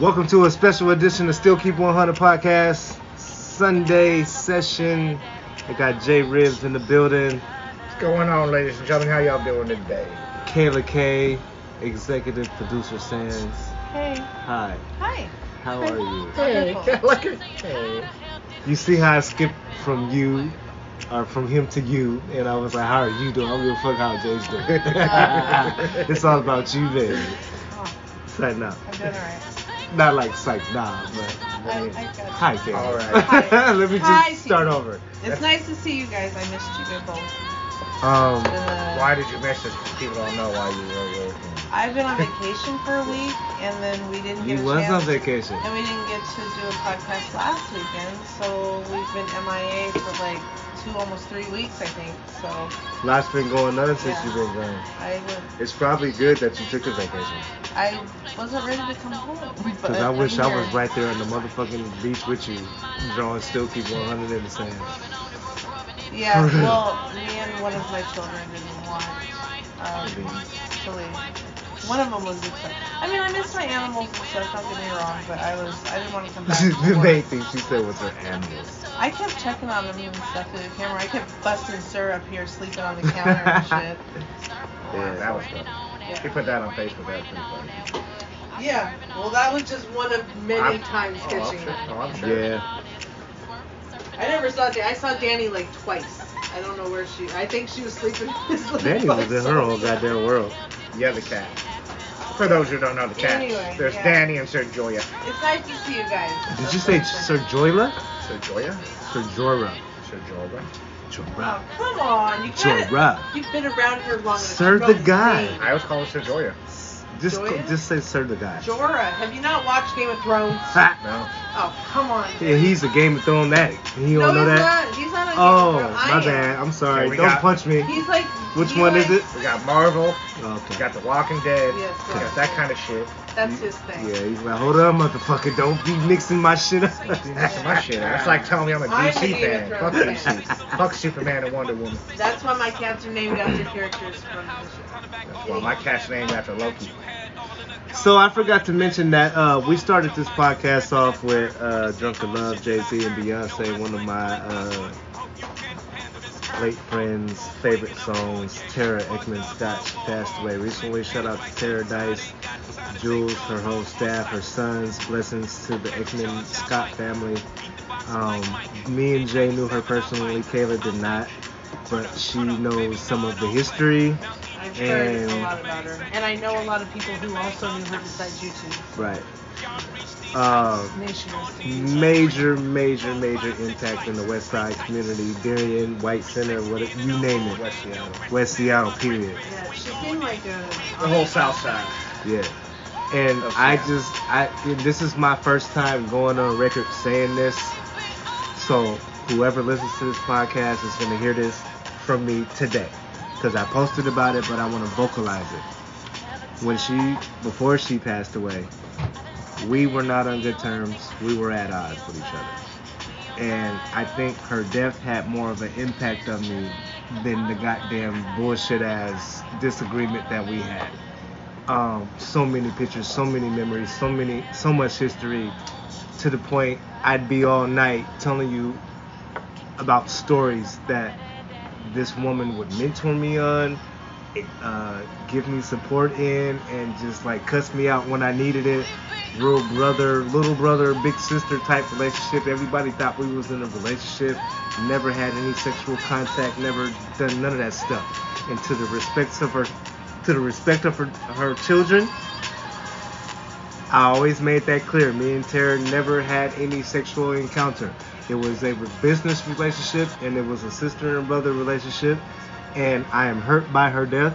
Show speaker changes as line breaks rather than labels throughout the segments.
Welcome to a special edition of Still Keep 100 podcast Sunday session. I got Jay Ribs in the building,
What's going on, ladies and gentlemen? How y'all doing today?
Kayla K, executive producer Sands.
Hey.
Hi,
Hi.
how are you?
Hey.
look at hey.
You see how I skipped from you, or from him to you, and I was like, how are you doing? I don't give a fuck how Jay's doing. it's all about you, baby.
Oh,
Psych, now.
I'm doing all right.
Not like psych, nah, but
I, I got it.
hi, Kayla.
All right.
Hi.
Let me just
Hi,
start
Kayla.
over.
It's nice to see you guys. I missed you guys both.
Um,
Uh,
Why did you miss us? People don't know why you were working.
I've been on vacation for a week, and then we didn't
you
get a
was on
chance.
vacation.
and we didn't get to do a podcast last weekend, so we've been MIA for like two, almost three weeks, I think. So
Lot's been going on since
Yeah.
you've been gone.
I would,
It's probably good that you took a vacation.
I wasn't ready to come home. but
Because I
I'm
wish I
here.
was right there on the motherfucking beach with you, drawing still keep 100 in the sand.
Yeah,
For real.
well, me and one of my children didn't want um, to leave. One of them was upset. I mean, I miss my animals and stuff. Don't get me wrong, but I was I didn't want to come back.
the
to
main
work.
thing she said was her animals.
I kept checking on them and stuff through the camera. I kept busting sir up here sleeping on the counter and shit.
Yeah, that was fun. He
Yeah.
put that on Facebook. That was pretty funny.
yeah. Well, that was just one of many
I'm-
times
oh, I'm
catching
sure.
that.
Oh, I'm sure.
Yeah.
I never saw Danny. I saw Danny like twice. I don't know where she. I think she was sleeping.
Danny was in her whole goddamn world.
The other cat. For those who don't know the cat,
Anyway,
there's
yeah.
Danny and Sir Joya.
It's nice to see you guys.
Did you say Sir Joyla?
Sir Joya?
Sir Jorah.
Sir Joya.
Oh,
Jorah.
come on. You
Joe
can't.
Rupp.
You've been around here long enough.
Sir
You know
the
his
guy.
name.
I was calling Sir Joya.
Just,
Joya?
just say Sir the guy.
Jorah, have you not watched Game of Thrones?
Ha!
No.
Oh, come on.
Yeah, he's a Game of Thrones addict. He
no,
don't know
he's
that.
not. He's not on
Oh,
Game of Thrones. I
my
am.
bad. I'm sorry.
Yeah, we
Don't
got-
punch me.
He's like.
Which
he
one is
like-
it?
We got Marvel. We
Okay.
got The Walking Dead.
Yes,
we got
yes.
that kind of shit.
That's his thing.
Yeah, he's like, hold up, motherfucker, don't be mixing my shit up.
That's my shit. That's like telling me I'm a
I'm a
DC
Game of
fan. Fuck
Thrones fan.
DC. Fuck Superman and Wonder Woman.
That's why my cats are named after characters from the show.
That's why my cat's named after Loki.
so I forgot to mention that uh, we started this podcast off with uh, Drunken Love, Jay Z, and Beyonce, one of my uh, late friends' favorite songs. Tara Eckman Scott she passed away recently. Shout out to Tara Dice, Jules, her whole staff, her sons. Blessings to the Eckman Scott family. Um, me and Jay knew her personally. Kayla did not, but she knows some of the history.
I've heard a
And-
lot about her. And I know a lot of people who also knew her besides you two.
Right. Uh,
Nation was
major, major, major impact in the West Side community, Darien, White Center, what you name it,
West Seattle.
West Seattle, period.
Yeah, she seemed like a.
The whole South Side.
Yeah. And
Of
I
Seattle.
just, I this is my first time going on record saying this, so whoever listens to this podcast is gonna hear this from me today, because I posted about it, but I want to vocalize it. When she, before she passed away, we were not on good terms. We were at odds with each other. And I think her death had more of an impact on me than the goddamn bullshit ass disagreement that we had. Um, so many pictures, so many memories, so many, so much history. To the point, I'd be all night telling you about stories that this woman would mentor me on, uh, give me support in, and just like cuss me out when I needed it. Real brother, little brother, big sister type relationship. Everybody thought we was in a relationship. Never had any sexual contact. Never done none of that stuff. And to the respects of her, to the respect of her, her children, I always made that clear. Me and Tara never had any sexual encounter. It was a business relationship and it was a sister and brother relationship. And I am hurt by her death.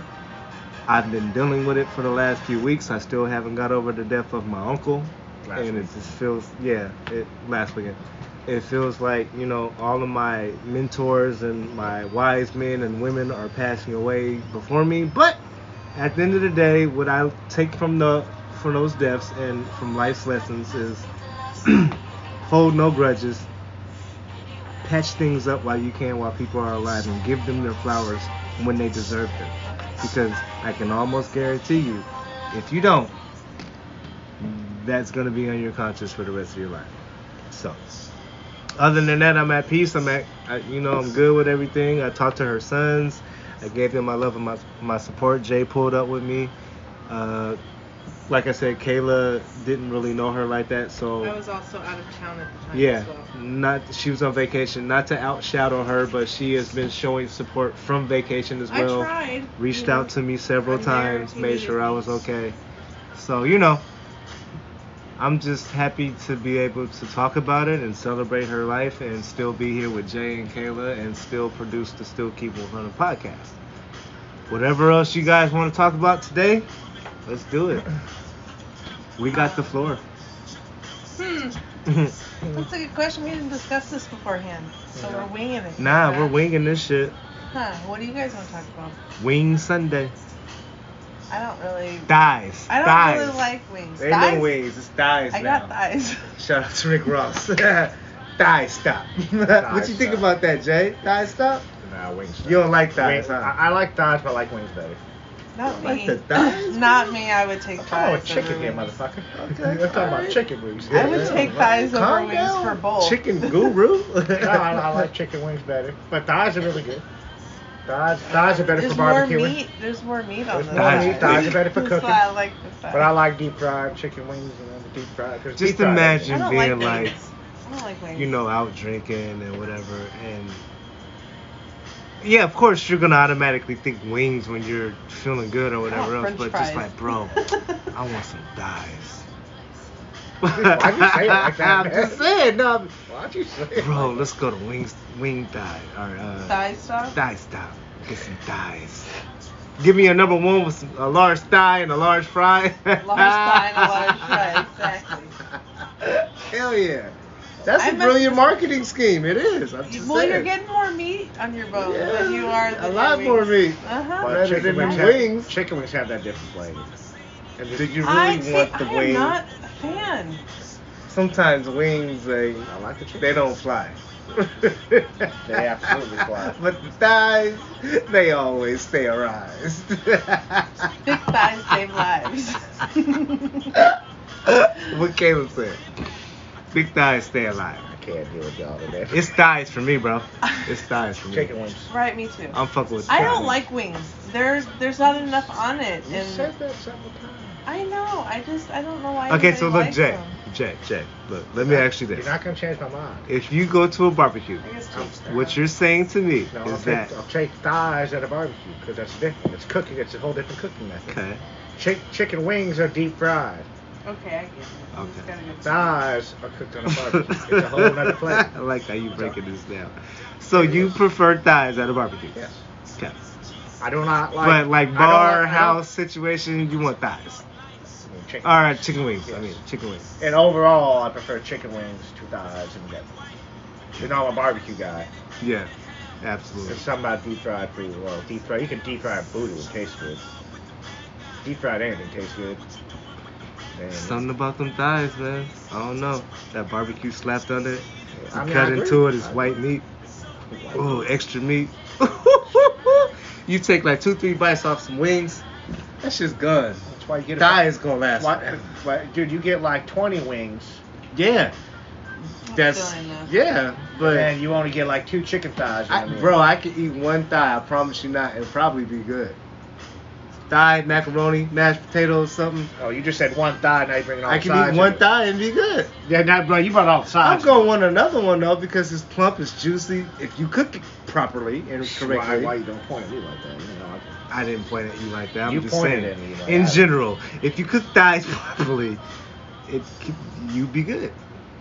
I've been dealing with it for the last few weeks. I still haven't got over the death of my uncle.
Last
and
week.
it just feels, yeah, it, last weekend. It feels like, you know, all of my mentors and my wise men and women are passing away before me. But at the end of the day, what I take from the from those deaths and from life's lessons is hold no grudges, patch things up while you can while people are alive, and give them their flowers when they deserve them. Because I can almost guarantee you, if you don't, that's going to be on your conscience for the rest of your life. So, other than that, I'm at peace. I'm at, I, you know, I'm good with everything. I talked to her sons. I gave them my love and my, my support. Jay pulled up with me. Uh, like I said, Kayla didn't really know her like that, so
I was also out of town at the time
yeah,
as well.
not she was on vacation. Not to outshadow her, but she has been showing support from vacation as well.
I tried.
Reached
you
out to me several
I'm there
times,
if you
made
need
sure I
me.
was okay. So you know, I'm just happy to be able to talk about it and celebrate her life, and still be here with Jay and Kayla, and still produce the Still Keep 100 podcast. Whatever else you guys want to talk about today, let's do it. We got the floor.
Hmm. That's a good question. We didn't discuss this beforehand, so we're winging it.
nah, we're winging this shit.
Huh? What do you guys want to talk about?
Wing Sunday.
I don't really.
Thighs.
I don't
thighs.
really like wings.
They
thighs?
no ways. It's thighs
I
now.
got thighs.
Shout out to Rick Ross. Thigh stop.
what you think about that, Jay? Thigh stop?
Nah, wings.
You don't like thighs,
Wing-
huh?
I, I like thighs, but I like wings better.
Not
like
me.
the thighs,
Not me. I would take
I'm talking
thighs.
about chicken
over
here,
wings.
motherfucker.
Okay,
I'm talking
alright.
about chicken wings.
I would take thighs over
Calm
wings
down,
for both.
Chicken guru?
No, I, I like chicken wings better, but thighs are really good. Thighs, thighs are better
There's
for
more
barbecuing.
meat. There's more meat on
There's
those.
more
meat, thighs
are better for
That's why
cooking.
I like the thighs.
But I like deep fried chicken wings and then the deep fried. 'cause
Just
deep fried
imagine-
I don't
being
like
like-
wings. I don't like wings.
you know, out drinking and whatever. And yeah, of course, you're going to automatically think wings when you're feeling good or
I want
whatever else.
french
But
fries.
just like, bro, I want some thighs.
Why'd you say it like that,
I'm
man?
just saying, no, I'm-
everything. Why'd you say? it
bro.
like
Let's go to wings, wing thigh or uh,
Thigh stuff?
Thigh stop. Get some thighs. Give me a number one with some, a large thigh and a large fry.
Large thigh and a large fry, exactly.
Hell yeah. That's
I
a
must-
brilliant marketing scheme. It is. I'm just
Well,
saying.
you're getting more meat on your bone than you are.
a
Than
lot
your
more
wings.
meat.
Uh
that?
huh.
But
Better
chicken
than
wings
the
have-
wings.
chicken wings have that different flavor. And
Do you
I
really
see,
want
I
the
am
wings?
not a fan.
Sometimes wings, they,
I like the chicken.
they don't fly.
They absolutely fly.
But the thighs, they always stay arised.
Big thighs save lives.
what Caleb said. Big thighs stay alive.
I can't deal with y'all today.
It's thighs for me, bro. It's thighs for me.
chicken wings.
right, me too.
I'm fucking with.
I don't
thighs.
like wings. There's there's not enough on it,
You
and
said that several times.
I know. I just I don't know why.
Okay,
anybody
so look,
likes
Jay,
them.
Jay, Jay. Look, let me ask you
You're
this:
not gonna change my mind.
If you go to a barbecue,
I guess
I'm-
Jake's there.
what you're saying to me
No, I'll
is
take,
that
I'll take thighs at a barbecue because that's different. It's cooking. It's a whole different cooking method.
okay?
Chick, chicken wings are deep fried.
Okay, I get it. You
Okay.
just gotta go-
Thighs are cooked on a barbecue. it's a whole nother plate.
I like how you breaking this down. So you prefer thighs at a barbecue?
Yes.
Okay.
I do not like.
but like
I don't
bar
like- I don't-
house situation, you want thighs.
I mean, chicken.
All right, chicken wings. I
Yes.
mean, chicken wings.
And overall, I prefer chicken wings to thighs and that. You know, I'm a barbecue guy.
Yeah, absolutely.
There's something about deep fried pretty well. Deep fried, you can deep fry boodle. It tastes good. Deep fried anything tastes good. And-
Something about them thighs, man. I don't know. That barbecue slapped on it. You
I mean, I
cut
agree.
into it. It's
I-
white meat.
Ooh,
Oh, extra meat. you take like two, three bites off some wings. That shit's gone.
That's why you get a-
Thigh is gonna last.
Why-
forever.
why- dude, you get like 20 wings,
Yeah,
I'm
that's
feeling this.
yeah. But
and you only get like two chicken thighs. you know
I,
what I mean?
bro, I could eat one thigh. I promise you not. It'll probably be good. Thigh, macaroni, mashed potatoes, something.
Oh, you just said one thigh, now you're bringing all
I
the
can
sides
eat
in
one
it.
thigh and be good.
Yeah, now, bro, you brought all the
I'm
sides.
gonna want another one though because it's plump, it's juicy. If you cook it properly and
Why,
correctly,
why you don't point at me like that? You know, I-
I didn't point at you like that. I'm
You
just
pointed
saying.
at me like
in
that.
general, if you cook thighs properly, it c- you be good.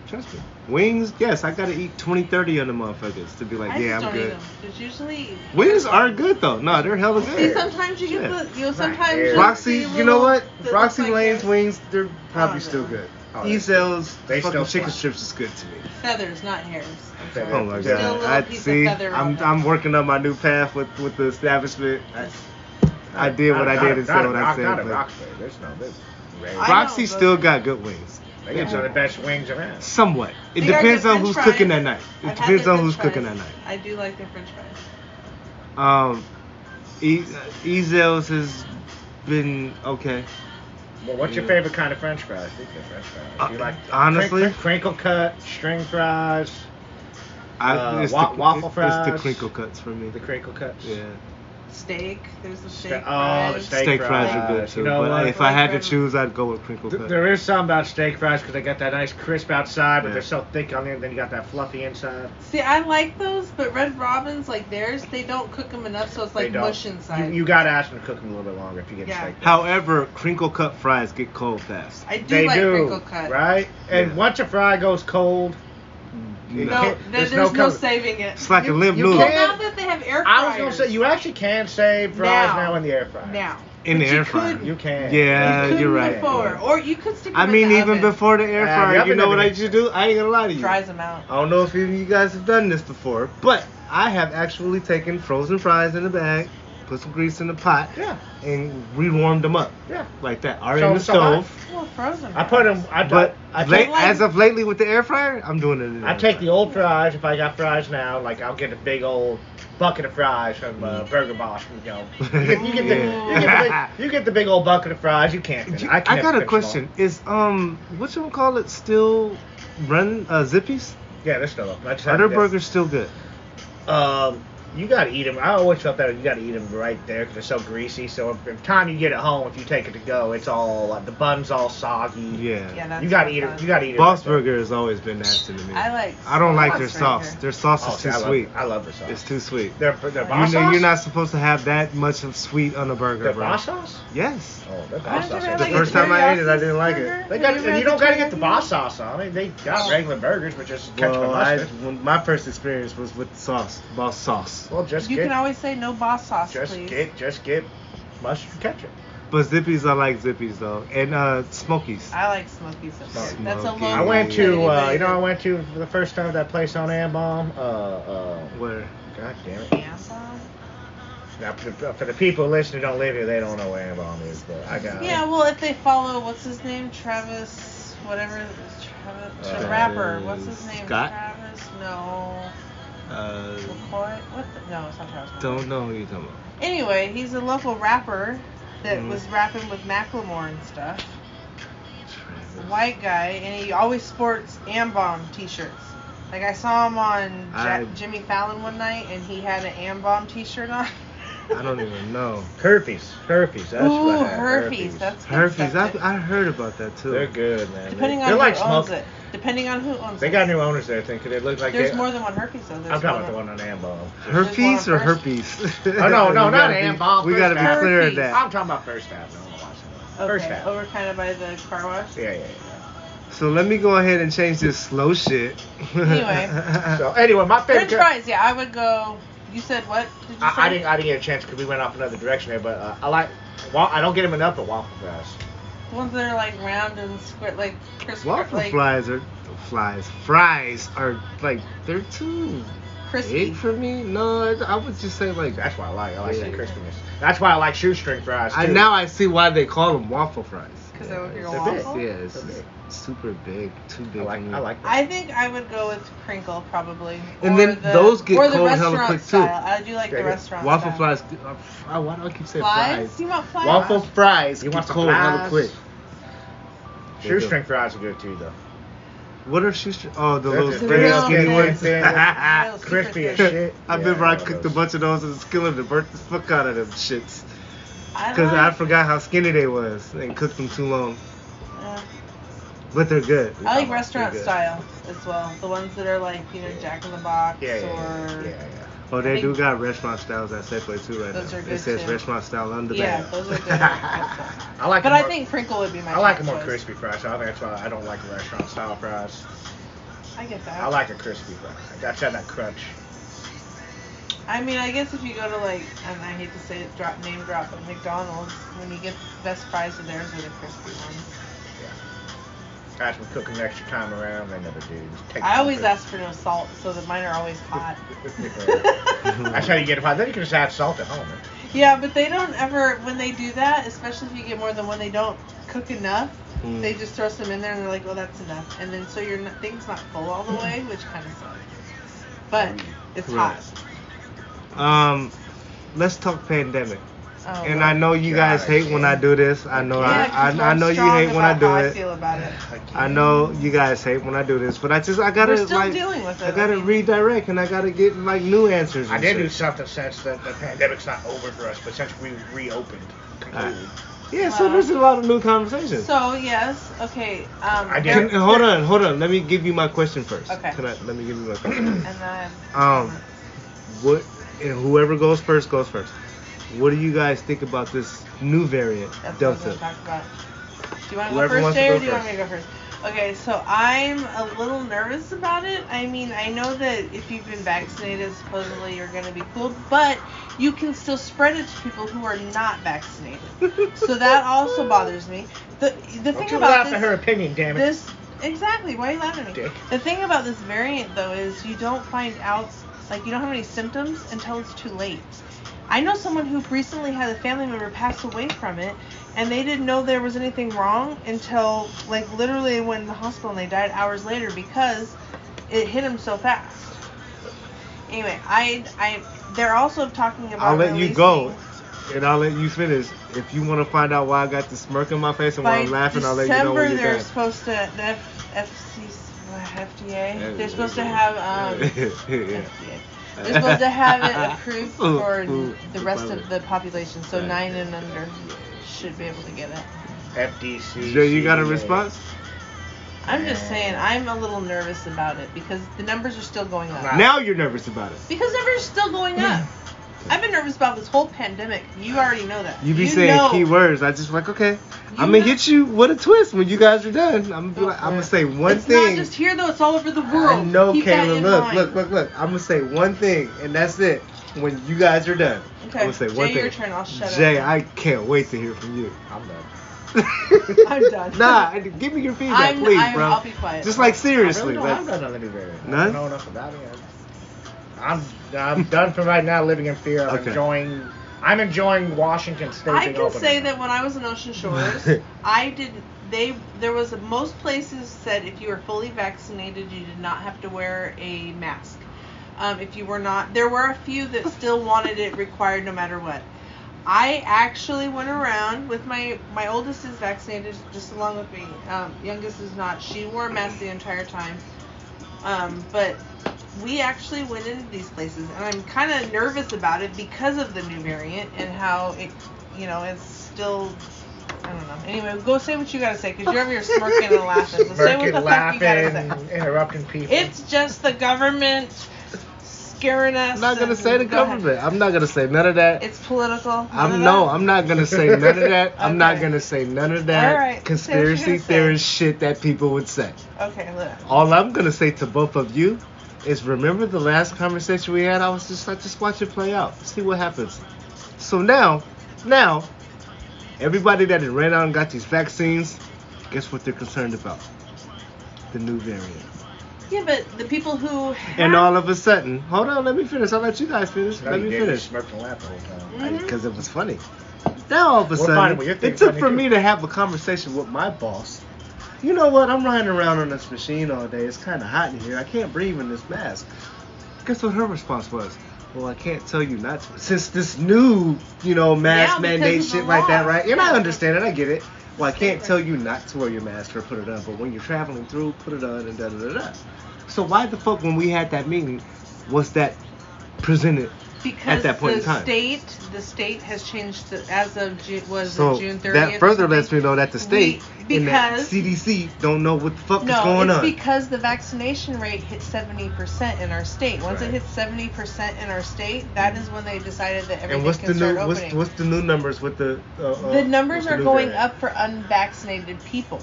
Trust me. Wings, yes, I gotta eat 20, 30 of them motherfuckers to be like,
I
yeah,
just
I'm
don't eat
good.
them. 'cause usually.
Wings are good though. No, they're hella
See,
good.
sometimes you get
Yeah.
the. You know, sometimes.
Yeah.
you'll
Roxy,
see
you know
little-
what?
that look
Roxy
like
Lane's
that.
wings, they're probably
Oh,
still
no.
good.
Oh, they-
Ezel's
they still
fucking chicken
fly.
strips is good to me.
Feathers, not hairs. I'm sorry.
Oh my
Still a
god!
little
I
piece of
see.
feather on
I'm
it.
I'm working on my new path with with the establishment. I, I did what I
Not-
did and
not-
said what I
not- Not
said.
a
But
rock star. There's no. There's,
I-
Roxy
know, but-
still got good wings,
they get some of the best wings around.
somewhat. It
They got
depends
good
on who's
french
cooking that
fries.
night. It
I've had
depends
their
on who's
french
cooking that
fries.
night.
I do like their french fries.
uh, Um, E- Ezel's has been okay.
Well, what's your
Yeah.
favorite kind of French fries? Speaking of French fries,
Uh,
you like
honestly?
crink- crinkle cut, string fries, Uh,
it's
wa-
the,
waffle
it's- It's the
fries.
crinkle cuts for me.
the crinkle cuts.
Yeah.
Steak. There's the
Ste-
steak.
oh, the
fries.
Steak
Steak, fries, are good
fries,
too.
you know
but
what?
if I had to
Like,
choose, I'd go with crinkle
Th-
cut.
There is something about steak fries because they got that nice crisp outside, but
Yeah.
they're so thick on the end. Then you got that fluffy inside.
See, I like those, but Red Robin's like theirs. They don't cook them enough, so it's
They
like
don't-
mush inside.
You, you gotta ask them to cook them a little bit longer if you get
Yeah.
steak.
However, crinkle cut fries get cold fast.
I do
they
like
do,
crinkle cut.
right? And
Yeah.
once a fry goes cold,
You
No,
know?
can't-
there-
there's
there's,
no
no,
cover-
saving it.
It's like a
You-
limp
you
noodle
well,
can't-
now that they have air fryers.
I was gonna say you actually can save fries
Now.
now, in the air fryer.
now.
in
But
the
you
air fryer.
could-
you can.
Yeah,
you
you're
couldn't
right.
Before, or you could stick.
I
them in
mean,
the
even
oven.
before the air
Uh,
fryer,
the oven
you know what I used
never
to do? I ain't gonna lie to you.
Dries them out.
I don't know if any of you guys have done this before, but I have actually taken frozen fries in a bag, put some grease in the pot,
Yeah,
and rewarmed them up
yeah.
like that. Already
So-
in the
so I-
stove.
Well, frozen.
I put them. I
But
I,
late,
take,
like-
as of lately with the air fryer, I'm doing it. In the
I
air
take
fryer.
the old fries. If I got fries now, like I'll get a big old bucket of fries from uh, Burger Boss. You know, you get, you, get the, you,
Yeah.
get the big, you get the big old bucket of fries. You can't. finish-
You-
I, can't
got a
finish them all.
question. Is um, what you call it? Still running? Uh, Zippies?
Yeah, they're still up. I just
Are
had
their
this.
burgers still good?
Um, you gotta eat them. I always felt that you gotta eat them right there because they're so greasy. So if, if time you get it home, if you take it to go, it's all like, the bun's all soggy.
Yeah.
Yeah, that's
you gotta
really
eat
fun.
it. You gotta eat it.
Boss
right there.
Burger has always been nasty to me.
I like.
I don't like their
Boss
sauce.
Burger.
Their sauce
Oh,
is
see,
too
I love,
sweet.
I love the sauce.
It's too sweet.
Their their
You
boss
you know
sauce.
you're not supposed to have that much of sweet on a burger,
their
bro.
boss sauce.
Yes.
Oh, their
I
boss
don't
sauce.
know,
The
is
like
good.
a
first time I ate it, I didn't
teriyaki
like it.
burger?
They
Have
got,
you ever
and you
had
don't gotta
teriyaki
get the boss sauce on it. They got
Oh.
regular burgers, but just ketchup
Well,
and
I,
mustard.
when my first experience was with sauce, boss sauce.
well, just
You
get
can always say no boss sauce,
just
please.
get just get mustard and ketchup.
But Zippies, I like Zippies though, and uh, Smokies.
I like smoky sauce.
Smoky.
That's a long.
I
I went to uh,
anybody
you know I
that-
went to for the first time that place on Ambom. Uh, uh,
Where?
God damn it.
Amazon?
Now, for, the, for the people listening who don't live here, they don't know what Ambom is, but I got
Yeah, well, if they follow, what's his name? Travis, whatever. it is, Travis,
Uh,
the rapper. What's his name?
Scott?
Travis? No.
Uh,
McCoy? What the? No, it's not Travis. McCoy.
don't know who you're talking
Anyway, he's a local rapper that
Mhm.
was rapping with Macklemore and stuff.
about. Travis.
White guy, and he always sports Ambom t-shirts. Like I saw him on
I-
ja- Jimmy Fallon one night, and he had an Ambom t-shirt on.
I don't even know.
herpes. Herpes. That's
Ooh,
what I had,
herpes. That's
Herpes. I,
disgusting.
I heard about that too.
They're good, man.
Depending
they,
on
they're
who
like
owns
smoke-
it. Depending on who owns
They
it.
got new owners there, I think. 'cause It looked like
There's
they,
more than one herpes though. There's
I'm talking about the
on-
one on Ambom.
Herpes or
There's one on
herpes?
Oh, no, no,
We
not
gotta be-
hand bomb,
We gotta be
first
clear
half.
of that.
I'm talking about first half. No, I'm watching it.
Okay,
First half.
over kind of by the car wash.
Yeah, yeah, yeah.
So let me go ahead and change this slow shit. Uh,
Anyway.
So anyway, my favorite.
French fries, yeah, I would go. You said what? Did you say?
I, I didn't. I didn't get a chance because we went off another direction there. But uh, I like. Well, I don't get them enough at waffle fries.
The ones that are like round and square, like crisp,
Waffle
like
flies are flies. Fries are like they're too
crispy.
big for me. No, I- I would just say like.
That's why I like. I like
Yeah.
the crispiness. That's why I like shoestring fries too.
I now I see why they call them waffle fries.
'Cause they look like a
They're big. waffle?
Yeah, it's
They're
just super big, too
I
big.
like.
for me.
I like. That.
I think I would go with crinkle probably.
And
Or
then
the-
those get
or the
cold hella
restaurant
quick, too.
style. I do like
Yeah,
the
yeah.
restaurant
waffle
style.
flies. uh, fr- Why do I keep saying
Flies?
fries?
You want flies?
Waffle fries.
You
get
want the
cold hella
flies?
quick. They do.
Shoestring fries are good too, though.
What are shoestring? Oh, the
They're
little
just
thin,
real
skinny
thin,
ones.
thin.
Real
I
Crispy as
thin.
shit.
remember I
Yeah, love
cooked a
those.
bunch of those and skillet to burnt the fuck out of them shits.
I
Cause I
like-
forgot how skinny they was and cooked them too long.
yeah.
But they're good.
I like
They're
restaurant
good.
style as well. The ones that are like you know Jack in the Box
Yeah, yeah, yeah,
or
yeah, yeah.
Oh,
I
they do
think-
got restaurant styles at Safeway too right
Those
now.
are
it
good,
says
too.
restaurant style on the
Yeah,
back.
those are good. That's
I like.
but
the
I
more-
think crinkle would be my.
I like a
top
more
choice.
crispy fry, so I think that's why I don't like restaurant style fries.
I get that.
I like a crispy fry. That's had that crunch.
I mean, I guess if you go to like, and I hate to say it, drop name drop, but McDonald's, when you get the best fries of theirs are the crispy ones.
Ask me cooking extra time around, they never do. Just take
I
the
always
crisp.
ask for no salt, so that mine are always hot.
That's how you get a pie. Then you can just add salt at home.
yeah, but they don't ever when they do that, especially if you get more than one, they don't cook enough.
Mm.
They just throw some in there and they're like, oh, that's enough, and then so your n- thing's not full all the way, which kind of sucks. But it's
Mm.
Right.
hot.
Um, let's talk pandemic.
Oh,
and I know you guys
God,
hate when I do this. I know
Yeah, 'cause
I, I, I
I'm
know you
strong
hate when I
about
do
how I
it.
feel about it.
I know you guys hate when I do this, but I just I gotta
We're still
like
dealing with
I
it,
gotta
I mean-
redirect and I gotta get like new answers.
I
and
did
shit.
do something since the, the pandemic's not over for us, but since we reopened completely.
Yeah, so
Wow.
there's a lot of new conversations.
Uh, So yes, okay. Um,
I did.
Can-
there-
Yeah.
hold on, hold on. Let me give you my question first.
Okay.
Can I, let me give you my question.
And then
um, what? And whoever goes first goes first. What do you guys think about this new variant,
that's what I was gonna
Delta?
talk about. Do you want to go
Whoever
first,
wants to
Jay,
go
or do you want me to
first.
go first? Okay, so I'm a little nervous about it. I mean, I know that if you've been vaccinated, supposedly you're going to be cool, but you can still spread it to people who are not vaccinated. so that also bothers me. The the
Don't
thing
you
about
laugh
this,
at her opinion, damn it.
this exactly why are you laughing at me
Dick.
the thing about this variant though is you don't find out like you don't have any symptoms until it's too late i know someone who recently had a family member pass away from it and they didn't know there was anything wrong until like literally they went in the hospital and they died hours later because it hit them so fast anyway i i they're also talking about
I'll let you
releasing-
go, and I'll let you finish. If you want to find out why I got the smirk on my face and why
By
I'm laughing, I'll let you know
December,
when you're
they're
done.
supposed to the F- FCC, FDA. They're supposed to have um.
yeah.
FDA. They're supposed to have it approved
Ooh,
for
ooh,
the rest of
probably.
the population, so
Right.
nine and under should be able to get it.
FDC.
Jay, you got a
CDA.
response?
I'm just saying, I'm a little nervous about it because the numbers are still going up.
Nah.
Now you're nervous about it.
Because numbers are still going up. I've been nervous about this whole pandemic. You already know that.
You be saying
know-
key words. I just like, okay, I'm
know-
gonna hit you with a twist when you guys are done. I'm gonna be like, I'm gonna say one
it's
thing.
not just here though; it's all over the world.
I know,
Keep that
Kayla.
in
Look,
mind.
look, look, look. I'm gonna say one thing, and that's it. When you guys are done,
Okay,
I'm gonna say
Jay,
one thing.
your turn. I'll shut
Jay,
up.
I can't wait to hear from you.
I'm done.
I'm done.
nah, I- give me your feedback,
I'm-
please,
I'm-
bro.
I'll be quiet.
Just like seriously,
I really don't
like,
have another new variant. I
None?
don't know enough about it. I'm I'm done for right now. Living in fear. I'm
Okay.
enjoying. I'm enjoying Washington State.
I
being
can
open
say
right now.
that when I was in Ocean Shores, I did. They there was most places said if you were fully vaccinated, you did not have to wear a mask. Um, if you were not, there were a few that still wanted it required no matter what. I actually went around with my my oldest is vaccinated just along with me. Um, youngest is not. She wore a mask the entire time. Um, but we actually went into these places, and I'm kind of nervous about it because of the new variant and how it, you know, it's still. I don't know. Anyway, go say what you gotta say, because you're over here smirking and laughing. So say what
Smirking,
the fuck you gotta
laughing, interrupting
say.
people.
It's just the government scaring us.
I'm not gonna
and-
say the
go ahead.
government. I'm not gonna say none of that.
It's political.
I'm no, I'm not gonna say none of that. I'm not
Okay.
gonna say none of that
All right, say what you're
conspiracy
gonna say.
theorist shit that people would say.
Okay, look.
All I'm gonna say to both of you is remember the last conversation we had? I was just like, just watch it play out, see what happens. So now, now, everybody that had ran out and got these vaccines, guess what they're concerned about? The new variant.
Yeah, but the people who.
And all of a sudden, hold on, let me finish. I'll let you guys finish.
No,
let
you
me
didn't. You
finish.
Smirked and laughed the whole time.
Mhm.
Because it was funny. Now all of a
Mm-hmm. Well, fine,
sudden,
well, your
it
thing's
took
funny
for
too.
me to have a conversation with my boss. You know what? I'm riding around on this machine all day. It's kind of hot in here. I can't breathe in this mask. Guess what her response was? Well, I can't tell you not to. Since this new, you know, mask
Yeah, because
mandate
of the
shit like that,
law.
right? And I
Yeah.
understand it. I get it. Well, I can't tell you not to wear your mask or put it on, but when you're traveling through, put it on and da da da da. So why the fuck, when we had that meeting, was that presented?
because
at that point
the
in time.
state the state has changed to, as of Ju- was
So
it June 30th.
that
or
further
something?
lets me know that the
We-
state and that
because-
CDC don't know what the fuck
no,
is going
it's
on.
because the vaccination rate hit 70% in our state. Once it
Right.
hits 70% in our state, that is when they decided that everything
and what's
can
the
start
new what's,
opening.
what's the new numbers with the uh, uh,
the numbers
with the
are
new
going
variant?
up for unvaccinated people.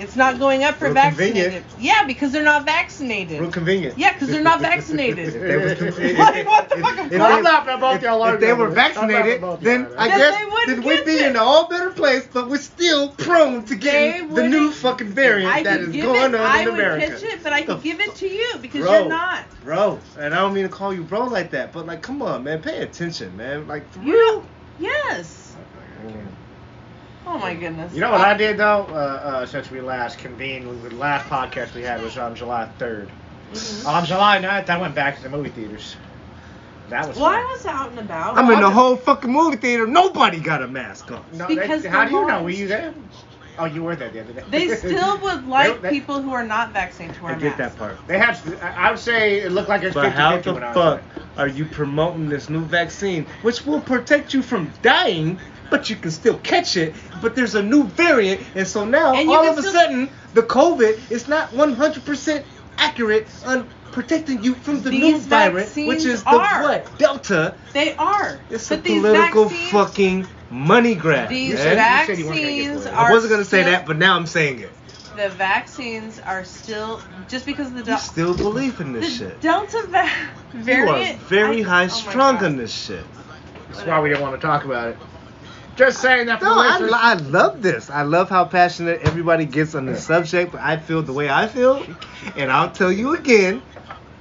It's not going up for
Real
vaccinated.
convenient.
Yeah, because they're not vaccinated.
Real convenient.
Yeah, 'cause they're not
If
vaccinated.
they were conv-
Like, what the fuck?
If
I'm
they-
laughing at both
if-
y'all
If they
arguing.
were
I'm laughing at
vaccinated,
both
then
y'all.
I
Then
guess
they wouldn't
then we'd
catch
be
it.
in a all better place, but we're still prone to
They
getting the new
wouldn't-
fucking variant
I
that is
could give
going on
it, I
in
would
America.
pitch it, but I
The
could give it to you because
Bro.
you're not.
Bro, and I don't mean to call you bro like that, but like, come on, man, pay attention, man. Like, for
You
real.
Yes. Oh my goodness.
You know what I
Uh,
did though? Uh, uh, since we last convened, the last podcast we had was on July 3rd.
Mhm.
On July 9th, I went back to the movie theaters. That was.
Uh, Well, I
fun.
was out and about.
I'm in the
I'll-
whole fucking movie theater. Nobody got a mask on.
No,
Because
they, how
the
do you know?
lines-
Were you there? Oh, you were there the other day.
They still would like
They- they-
people who are not vaccinated to wear
I get that
masks.
part.
They had. I I would say it looked like it was
But
50
how the
when I was
fuck
there.
are you promoting this new vaccine, which will protect you from dying, but you can still catch it? But there's a new variant, and so now
And you
all
can
of a
still-
sudden the COVID is not 100% accurate on protecting you from the new
These
virus, which
vaccines
is the
are.
what Delta.
They are.
It's
but
a
these
political
vaccines,
fucking money grab.
These
You
man.
vac- said you weren't gonna get
vaccines
political.
are.
I wasn't gonna say
still-
that, but now I'm saying it.
the vaccines are still just because the
You
Delta.
still believe in
the
this shit.
Delta va- variant.
you are very
I-
high
oh my
strung
God.
on this shit.
That's why we didn't want to talk about it. Just saying that for
No,
the
I,
listeners.
lo- I love this. I love how passionate everybody gets on this subject, but I feel the way I feel. And I'll tell you again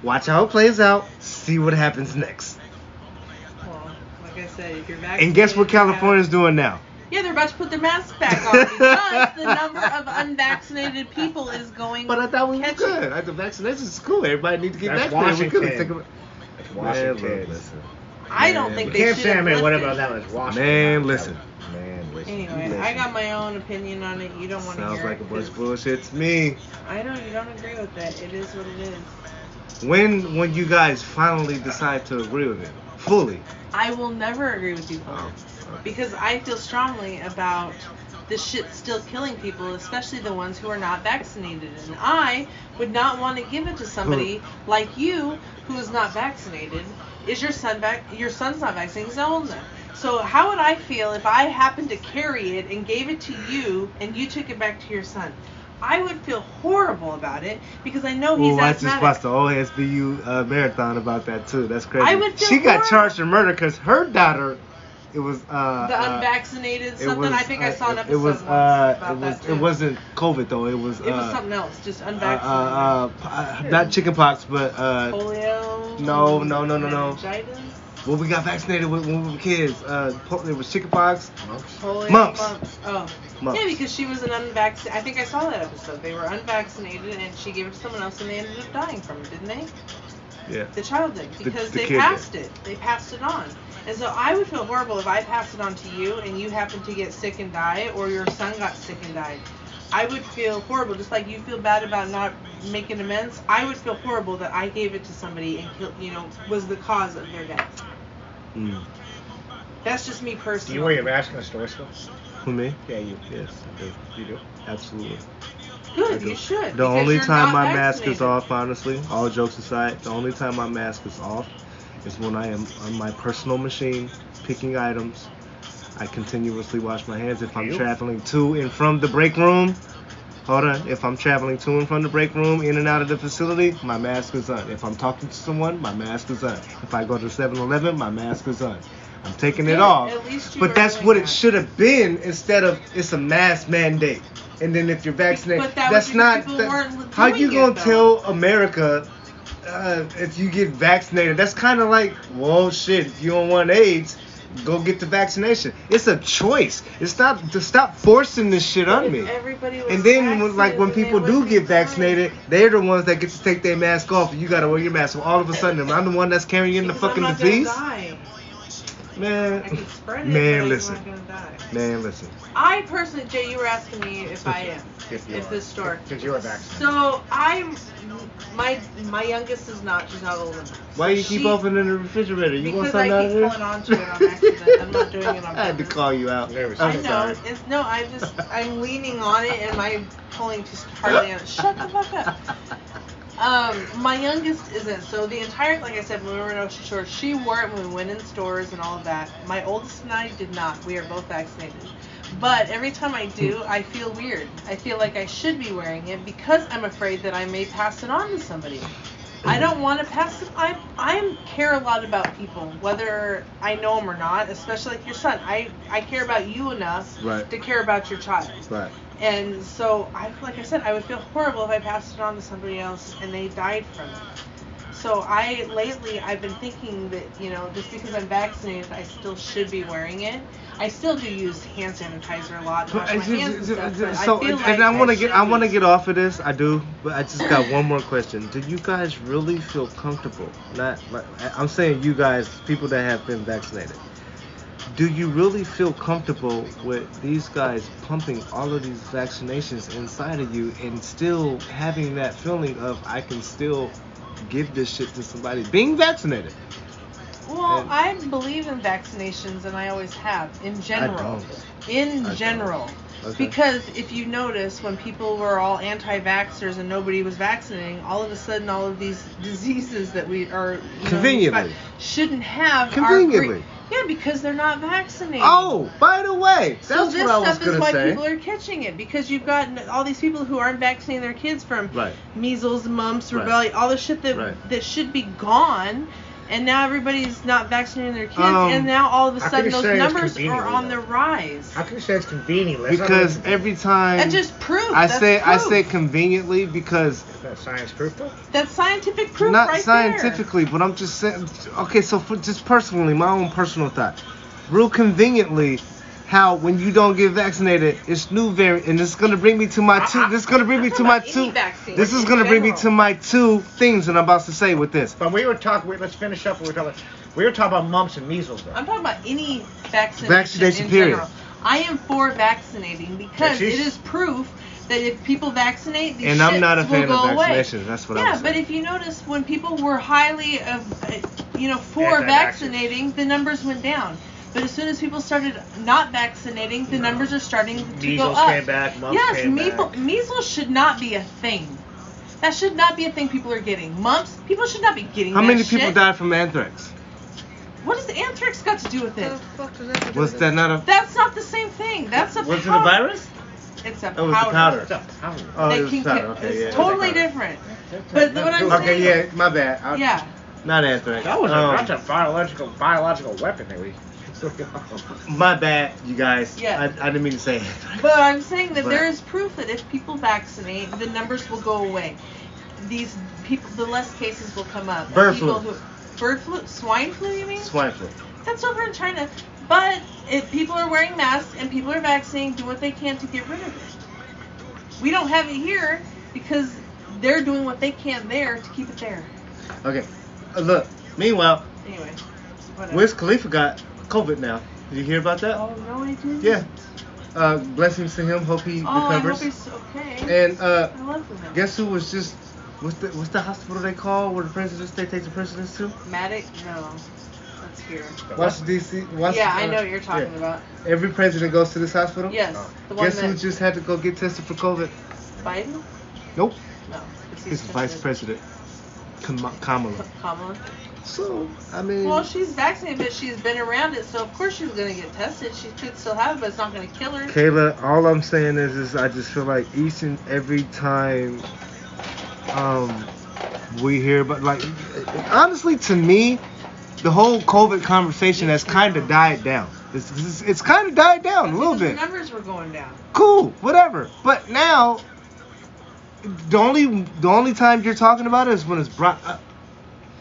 watch how it plays out, see what happens next.
Well, like I said, if you're
And guess what
vaccinated, you have-
California's doing now?
Yeah, they're about to put their masks back on because the number of unvaccinated people is going.
But I thought we were
catching.
good. I, the vaccination's cool. Everybody needs to get
That's
vaccinated. We're good. Think
Washington. It's
about- Man, look,
Washington.
listen.
I don't
Man,
think they
Camp
should. have
Salmon, what
lifted-
about that was Washington.
Man, listen.
Man, listen.
Anyway, I got my own opinion on it. You don't want to
Sounds
hear
like
it
a bunch of
'cause
bullshit to me.
I don't. You don't agree with that. It is what it is.
When when you guys finally decide to agree with it fully?
I will never agree with you, Paul,
Oh, okay.
because I feel strongly about the shit still killing people, especially the ones who are not vaccinated. And I would not want to give it to somebody like you who is not vaccinated. Is your son vac? Your son's not vaccinated. He's not old enough. So how would I feel if I happened to carry it and gave it to you and you took it back to your son? I would feel horrible about it because I know he's
Ooh, I
asthmatic.
just watched the OSBU uh, marathon about that too. That's crazy.
I would feel
she got
horrible.
charged with murder because her daughter, it was uh,
the
uh,
unvaccinated
it
something.
was,
I think I
uh,
saw an
it-
episode
It was
once
uh,
about
it was
that
it
too.
wasn't COVID though. It was
It was
uh,
something else, just
uh, uh,
unvaccinated.
uh, p- uh, not chickenpox, but uh,
Polio.
No, no, no, no, no.
meningitis,
what we got vaccinated with when we were kids. Uh, po- it was chickenpox.
Polio.
Mumps.
Oh.
Mumps.
Yeah, because she was an unvaccinated. I think I saw that episode. They were unvaccinated, and she gave it to someone else, and they ended up dying from it, didn't they?
Yeah.
The child did because
the
they
kid did.
passed it. They passed it on. And so I would feel horrible if I passed it on to you and you happened to get sick and die, or your son got sick and died. I would feel horrible, just like you feel bad about not making amends. I would feel horrible that I gave it to somebody and killed, you know, was the cause of their death.
Mm.
That's just me
Do
personally.
you wear your mask in the store still?
Who me?
Yeah, you.
Yes, I do.
You do.
Absolutely.
Good,
I do.
you should.
The
because
only
you're
time
not
my mask is
vaccinated.
off, honestly, all jokes aside, the only time my mask is off is when I am on my personal machine picking items. I continuously wash my hands if I'm
Ew.
traveling to and from the break room. Hold on. If I'm traveling to and from the break room, in and out of the facility, my mask is on. If I'm talking to someone, my mask is on. If I go to 7-Eleven, my mask is on. I'm taking it
Good,
off.
at least you
But
are
that's
doing
what it
that.
should have been instead of it's a mask mandate. And then if you're vaccinated,
But that was
that's
because
not.
people
that-
weren't
how
doing
you
it,
gonna
though.
tell America uh, if you get vaccinated? That's kind of like, well, shit. If you don't want AIDS, go get the vaccination. It's a choice. It's not to stop forcing this shit on
If
me.
everybody was
And then, when, like when
vaccinated,
people
they
do
wouldn't
get
be
vaccinated,
dying.
they're the ones that get to take their mask off, and you gotta wear your mask. So all of a sudden, I'm the one that's carrying the
Because
fucking
I'm not gonna
disease,
die. I
man.
can spread it, but
Man,
I'm
listen,
not gonna die.
man, listen.
I personally, Jay, you were asking me if I am,
If you
if
are.
this store.
Because you are vaccinated.
So I'm, my my youngest is not. She's not old enough.
Why
So
you keep
she-
opening the refrigerator? You want
because
something
I
out
keep
of there?
holding on to it on accident. I'm not doing it on
I had to
purpose.
call you out.
There we go.
I'm
I know.
sorry.
It's no. I'm just. I'm leaning on it and I'm pulling too hardly on it. Shut the fuck up. Um, my youngest isn't. So the entire, like I said, when we were in Ocean Shore, she wore it when we went in stores and all of that. My oldest and I did not. We are both vaccinated. But every time I do, I feel weird. I feel like I should be wearing it because I'm afraid that I may pass it on to somebody. I don't want to pass it. I I care a lot about people, whether I know them or not. Especially like your son. I I care about you enough
Right.
to care about your child.
Right.
And so, I like I said, I would feel horrible if I passed it on to somebody else and they died from it. So I lately I've been thinking that you know just because I'm vaccinated I still should be wearing it. I still do use hand sanitizer a lot. Wash my hands and stuff, but
so,
I feel
and,
like
and I want to get
should
I want to
be.
get off of this. I do, but I just got one more question. Do you guys really feel comfortable? Not like I- I'm saying you guys, people that have been vaccinated. Do you really feel comfortable with these guys pumping all of these vaccinations inside of you and still having that feeling of I can still give this shit to somebody being vaccinated?
Well,
And-
I believe in vaccinations, and I always have in general.
don't.
In
don't.
general,
Okay.
because if you notice, when people were all anti-vaxxers and nobody was vaccinating, all of a sudden, all of these diseases that we are you know, these
Conveniently.
vi- shouldn't have Are
Conveniently.
gre- yeah, because they're not vaccinated.
Oh, by the way, that's
So this
what I was
stuff
gonna
is why
say.
people are catching it because you've gotten all these people who aren't vaccinating their kids from
Right.
measles, mumps,
Right.
rubella, all the shit that
Right.
that should be gone, and now everybody's not vaccinating their kids,
Um,
and now all of a
I
sudden
couldn't
those
say it's
numbers are
convenient,
on
though.
the rise.
How can you say it's convenient? That's not
because
even-
every time
That just proof.
I
that's
say I
proof.
say conveniently because
Is that science proof though?
that's scientific proof,
not
right
scientifically, but I'm just saying. Okay, so for just personally, my own personal thought, real conveniently, how when you don't get vaccinated, it's new variant, and it's gonna bring me to my two. This is gonna bring me to my
About any
two.
vaccine
This is
in
gonna bring me
general.
to my two things that I'm about to say with this.
But we were talking. Let's finish up. What we were talking. We were talking about mumps and measles though.
There. I'm talking about any vaccination.
Vaccination
in
period.
General. I am for vaccinating because
Yeah,
it
she's-
is proof that if people vaccinate, these
And I'm not a
shits
fan
will
of
go away.
vaccinations. That's what
yeah,
I'm saying.
but if you notice, when people were highly, uh, you know, for
Anti-vaxxers.
vaccinating, the numbers went down. But as soon as people started not vaccinating, the numbers are starting to go
Measles
up.
came back, mumps
yes,
came
measle-
back.
measles should not be a thing. That should not be a thing people are getting. Mumps, people should not be getting.
How
that
many
shit.
people died from anthrax?
What does anthrax got to do with it?
Was that not a?
That's not the same thing. That's a
Was it a
powder.
virus?
It's a
That was the powder.
What's up? How are you?
Oh,
That
it was
can
powder.
ki-
Okay, yeah, it was
it's
powder.
totally different. But what I'm
Okay,
saying,
yeah, my bad. I-
yeah.
Not anthrax.
That was a,
Um,
that's a biological biological weapon that we.
My bad, you guys.
Yeah.
I, I didn't mean to say anthrax.
But I'm saying that
But-
there is proof that if people vaccinate, the numbers will go away. These people, the less cases will come up.
Bird
people
flu.
Who, bird flu, swine flu, you mean?
swine flu.
That's over in China. But if people are wearing masks and people are vaccinating, do what they can to get rid of it. We don't have it here because they're doing what they can there to keep it there.
Okay, uh, look. Meanwhile,
Anyway, whatever.
Wiz Khalifa got COVID now. Did you hear about that?
oh no, I didn't.
Yeah. Uh, blessings to him. Hope he
Oh, I hope
recovers.
it's okay.
and uh,
I love them.
guess who was just what's the what's the hospital they call where the prisoners they take the prisoners to?
Matic? No. That's here.
Washington D.C. Washington,
yeah, I know what you're talking about.
about. Every president goes to this hospital.
Yes, the one
Oh. Guess
that
who just had to go get tested for COVID?
Biden?
Nope.
No, it's
It's vice president Kam- Kamala.
Kamala.
So I mean.
Well, she's vaccinated, but she's been around it, so of course she's gonna get tested. She could still have it, but it's not gonna kill her.
Kayla, all I'm saying is, is I just feel like each and every time um, we hear about, like, honestly, to me, the whole COVID conversation has kind of died down. It's, it's, it's kind of died down a little
Because
bit.
The numbers were going down.
Cool, whatever. But now, the only the only time you're talking about it is when it's brought up.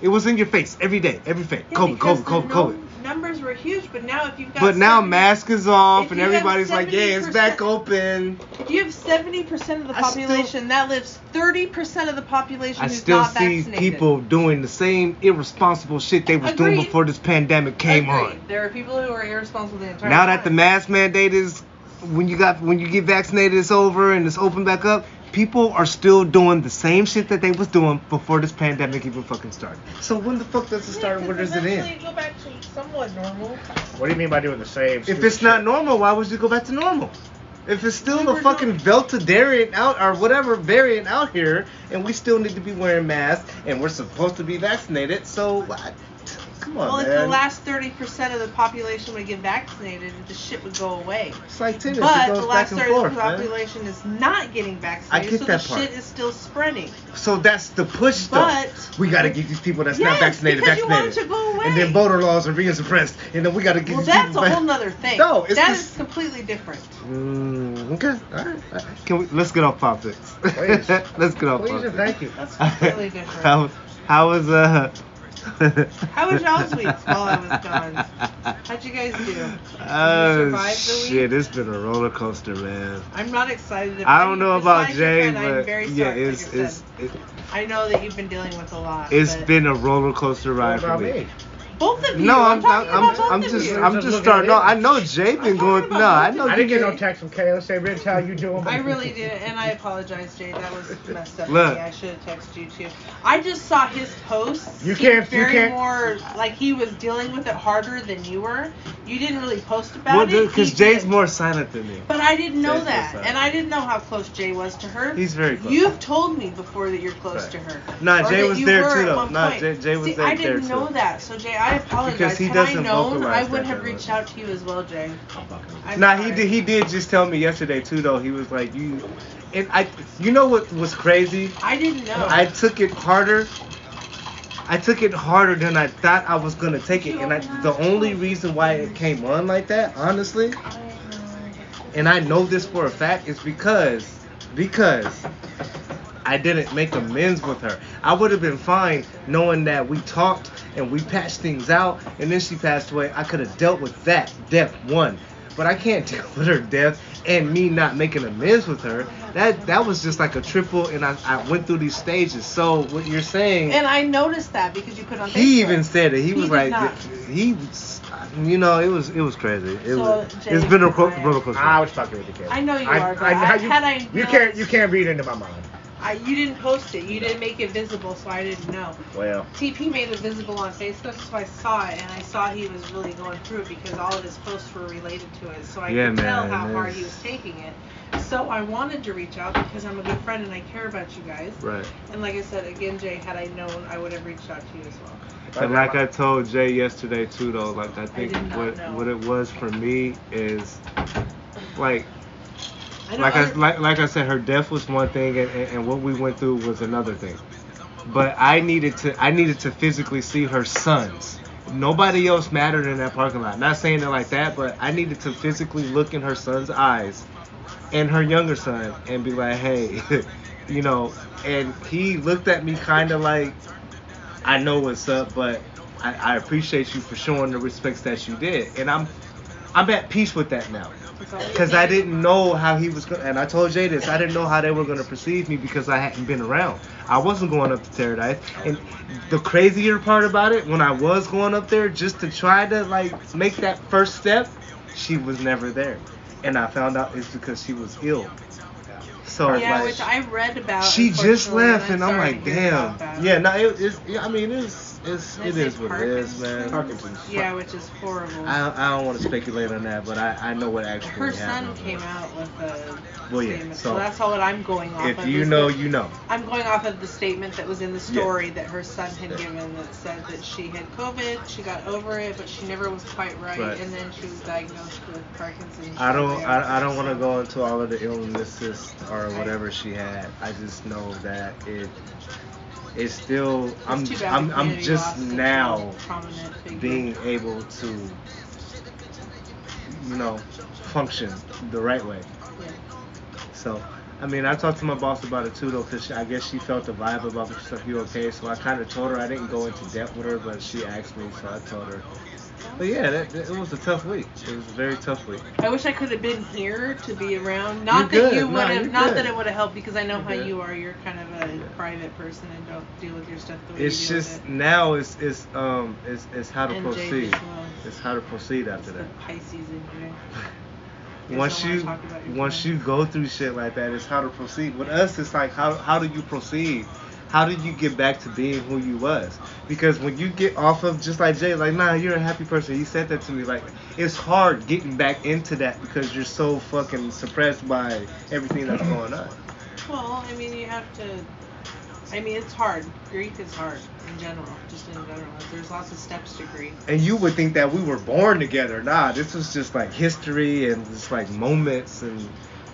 It was in your face every day, every day.
Yeah,
COVID,
because
COVID,
the
COVID,
num-
COVID.
Numbers were huge, but now if you've got.
But now
70
mask is off
if
and
you have
everybody's like, yeah, it's back
70%
open.
If you have 70% of the
I still-
population, that lives 30% of the population
I
who's
still
not
see
vaccinated.
people doing the same irresponsible shit they was doing
Agreed.
before this pandemic came
Agreed.
on.
There are people who are irresponsible the entire
Now
time.
that the mask mandate is when you got when you get vaccinated it's over and it's open back up, people are still doing the same shit that they was doing before this pandemic even fucking started. So when the fuck does it start and where does it end?
Go back to somewhat normal.
What do you mean by doing the same?
If
stupid
it's not
shit?
normal, why would you go back to normal? If it's still
We
the
were
fucking
not-
Delta variant out or whatever variant out here, and we still need to be wearing masks and we're supposed to be vaccinated, so I, come on,
Well, if
man.
the last 30% of the population would get vaccinated, the shit would go away.
It's like tennis. it
But
goes
the
back
last 30%
and forth,
of the
man.
population is not getting vaccinated,
I get
so
that
the
part.
shit is still spreading.
So that's the push, though.
But-
we gotta get these people that's not
Yes,
vaccinated
because you want
vaccinated,
them to go away.
and then voter laws are being suppressed, and then we gotta get
Well,
these
that's
people
a whole
back.
nother thing.
No, it's
That
just-
is completely different.
Mm, okay, all right. all right. Can we? Let's get off politics.
Please.
let's get off
Please and
politics.
thank you.
That's completely different.
I was- How was uh?
How was y'all's weeks while I was gone? How'd you guys do? Did you
Oh
survive the week?
shit! It's been a roller coaster, man.
I'm not excited. About
I don't know about Jay,
James,
but
I'm very
yeah,
sorry,
it's
like I,
it's
said.
it,
I know that you've been dealing with a lot.
it's
but
been a roller coaster
What
ride for
about
me.
me?
both of you.
No,
I'm,
I'm
talking
I'm,
about both
I'm, I'm
of
just
you.
I'm
Just
just
looking
starting.
at
No,
it.
I know Jay been
I'm
going.
talking
No,
about
I
both
know.
of
I
Oh, you.
didn't get
Jay-
no text from KOC Rich. How you doing?
I really did, and I apologize, Jay. That was messed up.
Look.
Look, I should have texted you too. I just saw his posts.
You can't- you
Very
can't-
more like he was dealing with it harder than you were. You didn't really post about
Well,
it.
dude, cause
He
Jay's
did.
more silent than me.
But I didn't know
Jay's
that,
more
and I didn't know how close Jay was to her.
He's very close.
You've told me before that you're close
Right.
to her.
Nah,
Or
Jay
that
was
you
there
were
too,
at
though.
one
Nah,
point.
Jay- Jay was
See,
there-
I didn't
there,
know
too.
that, so Jay, I apologize.
Because he
Had I
doesn't
known, I
vocalize
would
that
have
very
reached
well.
out to you as well, Jay. I'm
Nah, he
sorry.
did. He did just tell me yesterday too, though. He was like, "You," and I. You know what was crazy?
I didn't know.
I took it harder. I took it harder than I thought I was gonna take it, and I, the only reason why it came on like that, honestly, and I know this for a fact, is because because I didn't make amends with her. I would have been fine knowing that we talked and we patched things out, and then she passed away. I could have dealt with that death one, but I can't deal with her death and me not making amends with her. That that was just like a triple, and I, I went through these stages. So what you're saying,
and I noticed that because you put on.
he
Facebook.
even said it. He,
He
was
did
like,
not.
he, was- you know, it was it was crazy. It
So,
was.
Jay,
it's been a ro-
I-
roller coaster.
I was fucking with you, Kayla.
I know you are, but I-
you,
had I
you
known-
can't you can't read into my mind.
I, you didn't post it. You didn't make it visible, so I didn't know.
Well,
TP made it visible on Facebook, so I saw it, and I saw he was really going through it because all of his posts were related to it. So I
Yeah,
could
man,
tell how
it
hard
is.
he was taking it. So I wanted to reach out because I'm a good friend and I care about you guys.
Right.
And like I said, again, Jay, had I known, I would have reached out to you as well.
And like I told Jay yesterday too, though, like I think
did not
what
know.
what it was for me is like
I know
like I
other-
like, like I said, her death was one thing, and, and, and what we went through was another thing. But I needed to I needed to physically see her sons. Nobody else mattered in that parking lot. Not saying it like that, but I needed to physically look in her son's eyes and her younger son and be like, hey, you know. And he looked at me kind of like, I know what's up, but I, I appreciate you for showing the respects that you did, and I'm I'm at peace with that now.
That's all you
Because I
need.
didn't know how he was going to, and I told Jay this, I didn't know how they were going to perceive me because I hadn't been around. I wasn't going up to Paradise. And the crazier part about it, when I was going up there just to try to, like, make that first step, she was never there. And I found out it's because she was ill. So,
Yeah,
like,
which I read about.
she just
unfortunately,
left, and I'm
sorry
like,
to hear
damn.
about that.
Yeah, no, it, it's, yeah, I mean, it's, it's,
Did I
it
say
is what it is, man.
Parkinson's? Yeah, which is horrible.
I, I don't want to speculate on that, but I, I know what actually
Her son
happened.
came out with a
Well, yeah,
statement,
so
so that's all what I'm going off
If
of.
you
is
know,
that-
you know.
I'm going off of the statement that was in the
Yeah.
story that her son had
Yeah.
given that said that she had COVID, she got over it, but she never was quite right,
Right.
and then she was diagnosed with Parkinson's.
I don't I, I don't want to go into all of the illnesses or whatever she had. I just know that it it's still I'm
It's too bad
I'm
the
I'm
community
just
lost such a
now
prominent figure.
being able to you know function the right way.
Yeah.
So, I mean, I talked to my boss about it too, though, because I guess she felt the vibe about the stuff. You okay? So I kind of told her I didn't go into depth with her, but she asked me, so I told her. But yeah, that, that- it was a tough week. It was a very tough week.
I wish I could have been here to be around. Not
You're
that
good.
you
No,
would have,
you're
not
good.
that it would have helped because I know
You're
how
good.
you are. You're kind of a
Yeah.
private person and don't deal with your stuff the way
It's
you deal
just
with it.
now it's it's um it's it's how to
And Jay
proceed.
as well.
It's how to proceed
It's
after
the
that.
Pisces in you. Yes,
Once
I wanna
you
talk about your
once
plan.
you go through shit like that, it's how to proceed. With us, it's like how how do you proceed? How do you get back to being who you was? Because when you get off of just like Jay, like nah, you're a happy person. He said that to me. Like it's hard getting back into that because you're so fucking suppressed by everything that's going on.
Well, I mean, you have to. I mean, it's hard. Grief is hard in general, just in general. There's lots of steps to grief.
And you would think that we were born together. Nah, this was just like history and just like moments and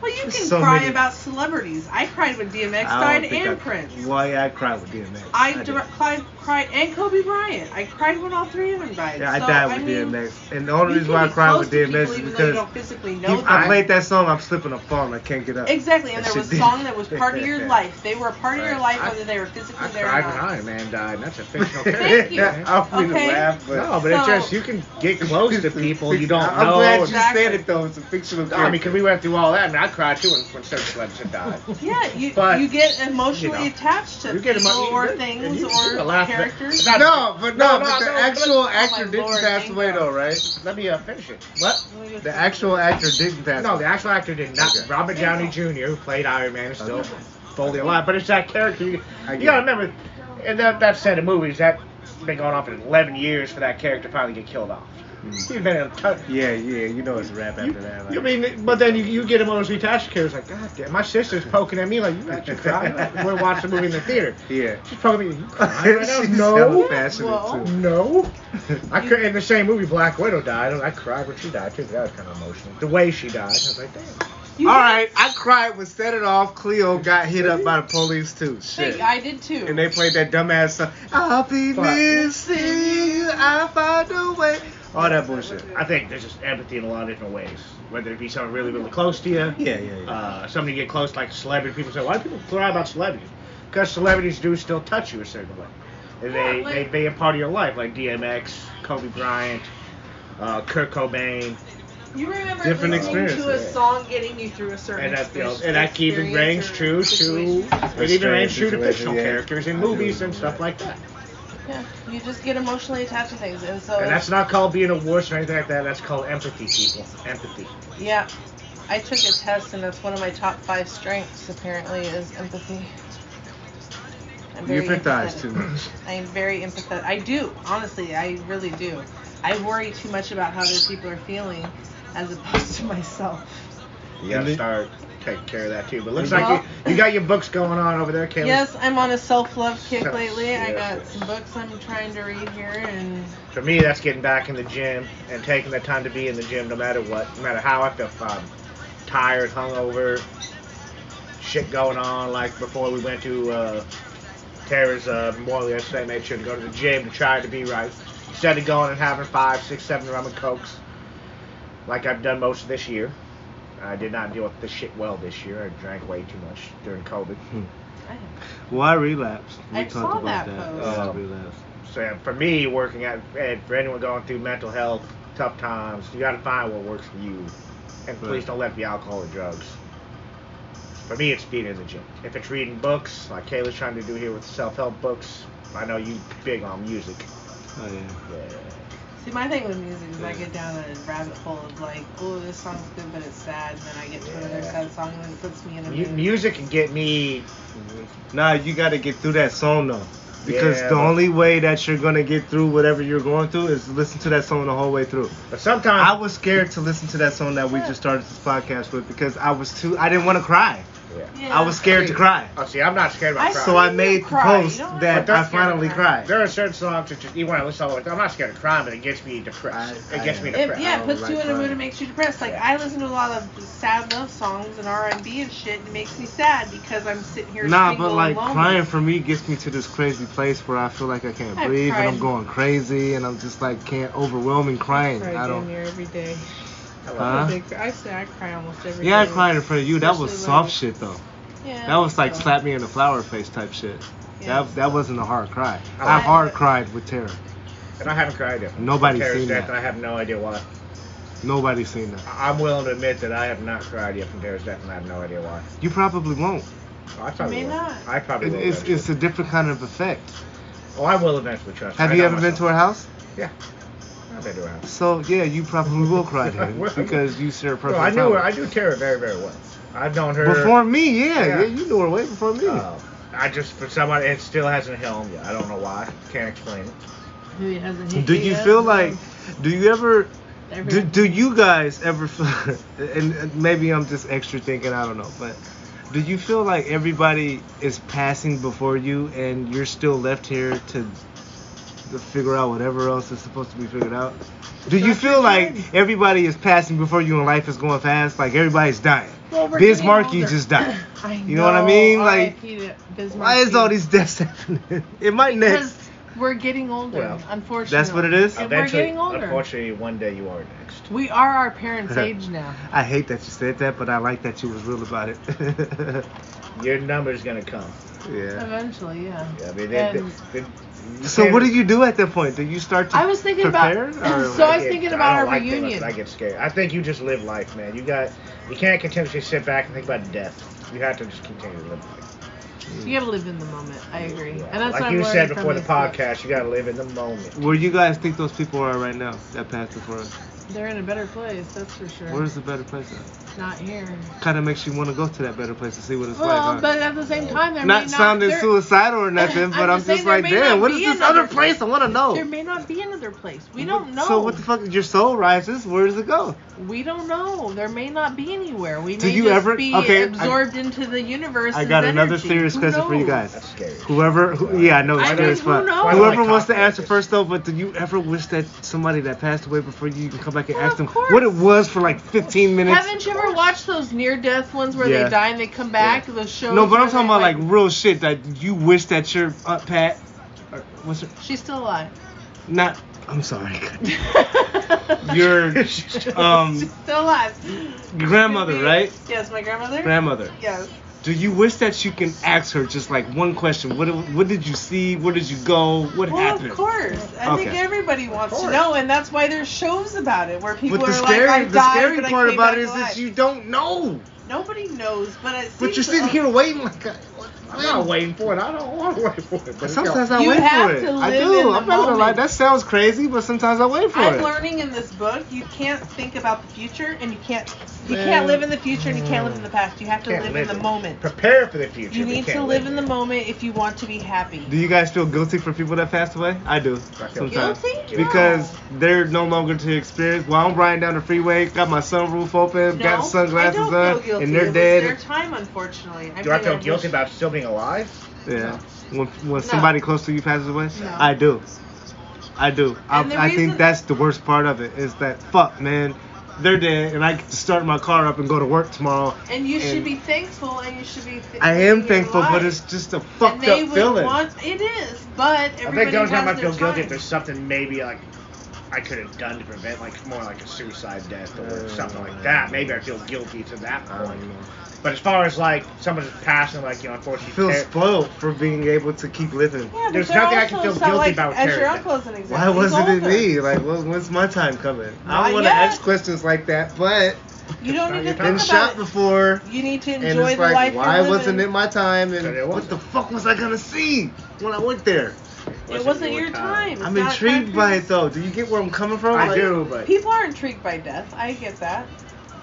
Well, you can
So
cry
many-
about celebrities. I cried when
I
DMX died
don't think
and
I-
Prince.
Well, yeah, I cried with DMX.
I,
did.
dir- cried, cried and Kobe Bryant. I cried when all three of them died.
Yeah, I
So,
died with
mean,
DMX, and the only
you
reason
can
why I
be
cried
close
with
to
DMX
people
is
even though you
because
don't physically know
you- I
them.
played that song, I'm slipping a fall, and I can't get up.
Exactly, and
That
there was a
shit
song
did.
that was part of your life. They were a part of your
Right.
life,
I-
whether they were physically
I
there
cried
or
when
not.
Iron Man died, and that's a fictional character.
Thank you.
I don't mean
Okay.
to laugh, but.
No, but it's
So-
just you can get close to people you don't
I'm
know.
glad you
Exactly.
said it though. It's a fictional.
No, I mean,
character.
because we went through all that, and I cried too when, when Circus Levinson died.
Yeah, you
But,
you get emotionally
you know,
attached to
you get emo-
people
you
or
get- and
things
you- you can
or
laugh at-
characters.
Not-
no, but no,
No, no,
but the
no,
actual
but-
actor
Oh my
didn't
lord,
pass
thank
away
God.
though, right?
Let me uh, finish it. What?
The actual actor didn't pass.
No,
away.
the actual actor did not.
Okay.
Robert Downey Jr., who played Iron Man, is still
Okay.
fully alive. But it's that character. You,
I
you
get
gotta
it.
remember, and that, that set of movies, that's been going on for 11 years for that character to finally get killed off.
Mm.
He's been in a ton.
Yeah, yeah, you know it's a rap after
You,
that.
you mean, but then you, you get emotionally attached to characters like, God damn, my sister's poking at me like, you got your crying. We're watching a movie in the theater.
Yeah.
She's poking at me, you crying right now?
She's hella
No.
passionate
Well.
too.
No. I could in the same movie Black Widow died, and I cried when she died too. That was kind of emotional. The way she died, I was like, damn.
You
All
did-
right, I cried when Set It Off. Cleo got hit up by the police too. Shit.
Hey, I did too.
And they played that dumbass song. I'll be
Fuck.
missing you. I found a way.
Oh,
All that bullshit.
I think there's just empathy in a lot of different ways. Whether it be someone really, really close to you,
Yeah, yeah, yeah.
uh, somebody you get close, like celebrity. People say, why do people cry about celebrities? Because celebrities do still touch you a certain way. And they,
Yeah, like-
they they a part of your life, like DMX, Kobe Bryant, uh, Kurt Cobain,
You remember
Different
listening to a
experience, yeah.
song getting you through a certain
and that you know,
experience-
and that even
experience
rings
or
true to
situation.
it even rings true to
Situation,
fictional
yeah.
characters
I
in
know
movies
what
and
you
stuff
mean.
like that.
Yeah, you just get emotionally attached to things, and so
And that's not called being a wuss or anything like that. That's called empathy, people. Empathy.
yeah. I took a test, and that's one of my top five strengths. Apparently, is empathy. I'm
You
very
empathize
empathetic.
too much.
I am very empathetic. I do, honestly, I really do. I worry too much about how other people are feeling, as opposed to myself.
You gotta
And the-
start taking care of that too. But looks
Well-
like you, you got your books going on over there, Caleb.
Yes, I'm on a self-love kick
Yes,
lately. I
yes,
got
yes.
some books I'm trying to read here, and
For me, that's getting back in the gym and taking the time to be in the gym, no matter what, no matter how I feel. If I'm tired, hungover, shit going on. Like before we went to uh, Tara's uh, memorial yesterday, made sure to go to the gym to try to be right instead of going and having five, six, seven rum and cokes, like I've done most of this year. I did not deal with this shit well this year. I drank way too much during COVID.
I
Well, I relapsed. We
I
talked
saw
about
that
that. Uh,
post.
Yeah, I
Um,
relapsed.
So yeah, for me, working out, and for anyone going through mental health, tough times, you got to find what works for you, and please
Right.
don't let it be alcohol or drugs. For me, it's being in the gym. If it's reading books, like Kayla's trying to do here with self-help books, I know you big on music.
Oh yeah.
Yeah.
See, my thing with music is I get down a rabbit hole of like, oh, this song's good, but it's sad, and then I get to another
Yeah.
sad song, and then it puts me in a
Mu-
mood.
music can get me.
Nah, you got to get through that song though. Because
Yeah,
the
but-
only way that you're gonna get through whatever you're going through is listen to that song the whole way through.
But
I
sometimes.
was scared to listen to that song that we just started this podcast with because I was too. I didn't want to cry.
yeah.
Yeah.
I was scared to cry.
Oh, see, I'm not scared about
I-
crying.
So I
You
made the
cry. You
post
don't have
that
to
I
cry.
finally cried.
There are certain songs that just, you want to listen to. I'm not scared of crime, but it gets me depressed.
I-
it gets
I-
me
It,
depressed.
I
yeah, it
don't
puts
like
you in a mood
crying.
and makes you depressed. Like I listen to a lot of sad love songs and R and B and shit, and it makes me sad because I'm sitting here
Nah,
single
but like
and lonely.
crying for me gets me to this crazy place where I feel like I can't
I've
breathe and
cried.
I'm going crazy and I'm just like can't overwhelming
I
crying.
cry
I
damn
don't.
near every day.
Huh?
I, I say I cry almost every day.
Yeah, I cried in front of you. That was
Especially
soft
when-
shit though.
Yeah,
That was like
so-
slap me in the flower face type shit.
Yeah. Oh.
That that wasn't a hard cry.
I
I
like-
hard cried with terror.
And I haven't cried yet.
Nobody's
Terror's
seen
death,
that.
and I have no idea why.
Nobody's seen that.
I- I'm willing to admit that I have not cried yet from Terror's death, and I have no idea why.
You probably won't.
I probably
May
will.
not.
I probably
It,
will.
it's
eventually.
it's a different kind of effect.
oh, I will eventually trust.
Have
I
you
know
ever been to
myself.
her house?
I've been to her house.
So yeah, you probably will cry
I
then
will.
because you share a
Bro,
personal.
I knew her. I knew Terror very, very well. I've known her
Before me, yeah, yeah,
Yeah.
you knew her way before me.
uh, I just for somebody it still hasn't hit home yet. I don't know why. Can't explain it.
Who hasn't hit
do you
yet?
feel like? Do you ever?
Every-
Do, do you guys ever? feel- and and maybe I'm just extra thinking. I don't know, but do you feel like everybody is passing before you, and you're still left here to, to figure out whatever else is supposed to be figured out? Do you feel like everybody is passing before you, and life is going fast? Like everybody's dying.
Well, we're
Biz
getting
Markie
older.
just died.
I
You know what I mean? Like,
RIP to Biz
Why is
Markie.
all these deaths happening? It might
Because
next.
we're getting older,
Well,
unfortunately.
that's what it is?
And We're getting older.
Unfortunately, one day you are next.
We are our parents' age now.
I hate that you said that, but I like that you was real about it.
Your number's gonna come.
yeah.
Eventually, yeah.
I mean, they,
And
they, they, you
So
can't-
what did you do at that point? Did you start to
I was thinking
prepare?
about.
or-
So I was
get-
thinking
I
about
don't
our
like that much,
reunion.
I get scared. I think you just live life, man. You got, you can't continuously sit back and think about death. You have to just continue to live life.
You gotta live in the moment. I agree,
Yeah.
and that's
like
what
you
I'm
said
learning
before
from
the
this book.
podcast, you gotta live in the moment.
Where you guys think those people are right now that passed before us?
They're in a better place, that's for sure.
Where's the better place at?
Not here.
Kind of makes you want to go to that better place to see what it's
Well,
like. huh?
but at the same time, there
not
may
sounding
there,
suicidal or nothing, but
I'm
I'm
just saying
just
there
like,
may
damn,
not
what is
be
this
another
other place? I want to know.
there may not be another place. We don't know.
So what the fuck? Your soul rises. Where does it go?
We don't know. There may not be anywhere. We
Did
may
you
just
ever-
be
okay, I-
absorbed into the universe.
I got another serious
Who
question for you
knows?
guys.
That's scary.
Whoever, who, yeah, I know it's
I
scary
mean,
as
who
fuck.
knows?
Whoever
Like
wants to
talking about
answer
this.
first though, but do you ever wish that somebody that passed away before you, you can come back and
Well,
ask
of
them
course.
what it was for like 15 minutes?
Haven't you ever watched those near death ones where
Yeah.
they die and they come back? Those shows.
No, but
where
I'm talking
they,
about like real shit that you wish that your Aunt Pat, or what's her,
she's still alive.
not. I'm sorry.
You're
Your um
she's still alive.
grandmother, right?
Yes, my grandmother.
Grandmother.
yes.
Do you wish that you can ask her just like one question? What what did you see? Where did you go? What
Well,
happened?
of course. I think
Okay.
everybody wants to
course.
know, and that's why there's shows about it where people
But the
are
scary
like, I
the
died,
scary
but I
part
came
about
back
it is that
alive."
you don't know.
Nobody knows, but it
But you're
seems
sitting
like-
here waiting like a,
I'm not waiting for it. I don't want to wait for it. But it's
Sometimes
gonna-
I
You
wait
have
for it.
to
I
live
do.
in the
I'm not gonna lie.
moment.
That sounds crazy, but sometimes I wait for
I'm
it.
learning in this book you can't think about the future and you can't you
Man.
can't live in the future and you can't live in the past. You have to
can't
live in the
it.
moment.
Prepare for the future.
You
but
need
can't
to live in the
it.
moment if you want to be happy.
Do you guys feel guilty for people that passed away? I do.
I feel
Sometimes.
guilty? No.
Because they're no longer to experience. Well, I'm riding down the freeway, got my sunroof open,
No,
got sunglasses
I don't
on,
feel guilty.
and
It
they're
was
dead.
Their time, unfortunately.
Do I
mean,
feel
wish-
guilty about still being alive?
Yeah. When, when somebody close to you passes away,
No.
I do. I do. I,
And the
I think
reason-
that's the worst part of it is that fuck, man, they're dead, and I get to start my car up and go to work tomorrow.
And you should
and-
be thankful, and you should be. Th-
I am
you're
thankful, but
alive.
it's just a
And
fucked
they
up
would
feeling.
want- it is, but everybody
I think the only time
has
I
their
feel guilty if
time.
there's something maybe like I could have done to prevent like more like a suicide death or
Uh,
something like that. Maybe I feel guilty to that
I
point.
don't know.
But as far as like someone's passing, like you know,
I
unfortunately,
feel
ter-
spoiled for being able to keep living.
Yeah, but
There's
they're
nothing I can
also-
feel
it's not
guilty
like-
about
As your
parenting.
uncle is an example.
Why
he's
wasn't it
older.
me? Like, when, when's my time coming? I
Not
want to
yet.
ask questions like that, but
You don't
Now
need
you're
to
been
think
talking
shot
about it.
before,
You need to enjoy
and it's
the
like,
life
why
you're
wasn't
living.
it my time?
But
And
it
what
wasn't.
the fuck was I gonna see when I went there?
It wasn't your time. It's
I'm
not
intrigued
time
by
for-
it though. Do you get where I'm coming from?
I
Like,
do, but
People are intrigued by death. I get that.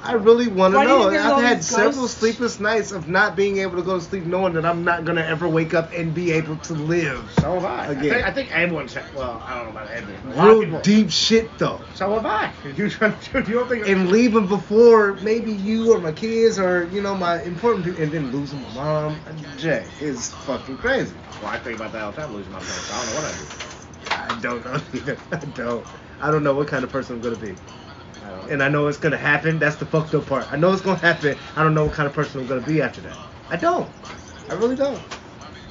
I really want to
Why do you
know.
think there's
I've
all
had
these
several
ghosts?
sleepless nights of not being able to go to sleep, knowing that I'm not gonna ever wake up and be able to live.
so have I.
Again.
I, think, I think everyone's well. I don't know about everyone. A lot of
Real
people-
deep shit though.
So have I. You, don't- you don't think?
and leaving before maybe you or my kids or you know my important people, and then losing my mom, Jay, is fucking crazy.
well, I think about that all the time. Losing my parents. I don't know
I
what I
don't know either. I don't. I don't know what kind of person I'm gonna be,
do. I don't. know.
and I know it's gonna happen. That's the fucked up part. I know it's gonna happen. I don't know what kind of person I'm gonna be after that. I don't. I really don't.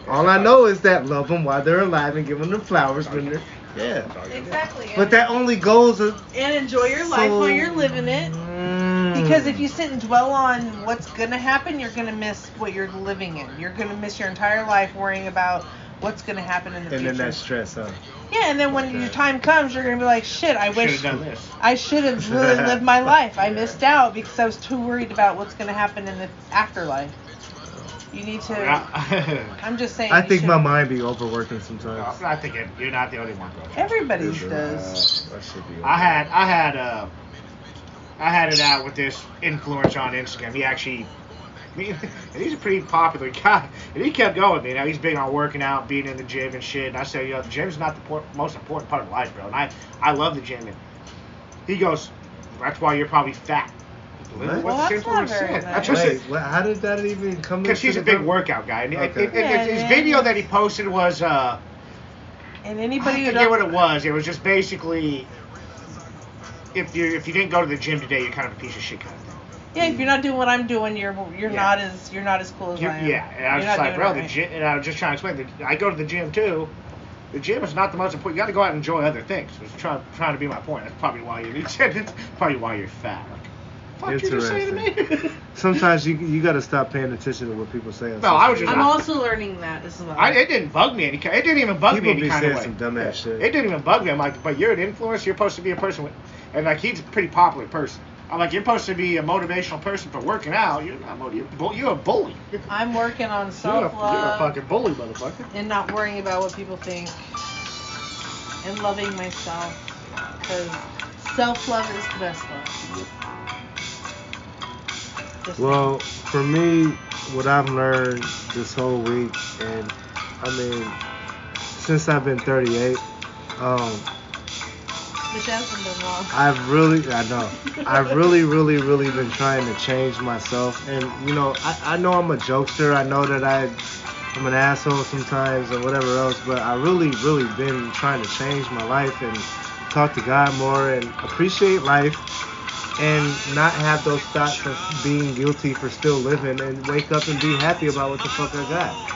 All I know is that love them while they're alive and give them the flowers when they're
That's
yeah.
all you can do.
Exactly.
But that only goes as
and enjoy your life while you're living it.
Mm.
Because if you sit and dwell on what's gonna happen, you're gonna miss what you're living in. You're gonna miss your entire life worrying about what's gonna happen in the
and
future.
then that stress, huh?
yeah, and then when your time comes, you're gonna be like, shit, I wish
Should've done this.
I should have really lived my life. I missed out because I was too worried about what's gonna happen in the afterlife. You need to.
I,
I'm just saying.
I
you
think
should-
my mind be overworking sometimes.
I think it- you're not the only one, bro.
Everybody
Yeah,
does.
that should be
I
okay.
had I had uh I had it out with this influencer on Instagram. He actually I mean, and he's a pretty popular guy. And he kept going, man. Now he's big on working out, being in the gym and shit. And I said, you know, the gym's not the por- most important part of life, bro. And I, I love the gym. And he goes, that's why you're probably fat.
What?
Well,
the
that's not
influencer
very
said.
nice.
That's what
Wait, what, how did that even come?
because
into
he's a
the
big
com-
work workout guy. And it-
Okay.
it- it- his
Yeah,
video
yeah.
that he posted was. uh
And
I
anybody who
forget
does
what it was. It was just basically if you if you didn't go to the gym today, you're kind of a piece of shit kind of thing.
Yeah, if you're not doing what I'm doing, you're you're
Yeah.
not as you're not as cool as
You-
I am.
yeah, and I was
You're
just
not
like,
doing
bro,
it
the
right.
gym, and I was just trying to explain. That I go to the gym too. The gym is not the most important. You got to go out and enjoy other things. Was trying trying to be my point. That's probably why you're That's probably why you're fat. Like, fuck you just say to me.
Sometimes you you gotta stop paying attention to what people say. on
No, I was
social
just-
I'm
media.
also learning that as well.
I, it didn't bug me any. ki- It didn't even bug
People be
me any kind of
saying
way.
some dumbass
Yeah.
shit.
It didn't even bug me. I'm like, but you're an influencer. You're supposed to be a person with, and like he's a pretty popular person. I'm like, you're supposed to be a motivational person for working out. You're not motivated. You're a bully. You're a,
I'm working on
you're
self
a
love
fucking bully, motherfucker.
and not worrying about what people think and loving myself because self love is the best love. Just-
Well, for me, what I've learned this whole week, and I mean, since I've been 38, um,
which hasn't been long.
I've really, I know, I've really, really, really been trying to change myself. And, you know, I, I know I'm a jokester. I know that I, I'm an asshole sometimes and whatever else, but I really, really been trying to change my life and talk to God more and appreciate life and not have those thoughts of being guilty for still living and wake up and be happy about what the fuck I got.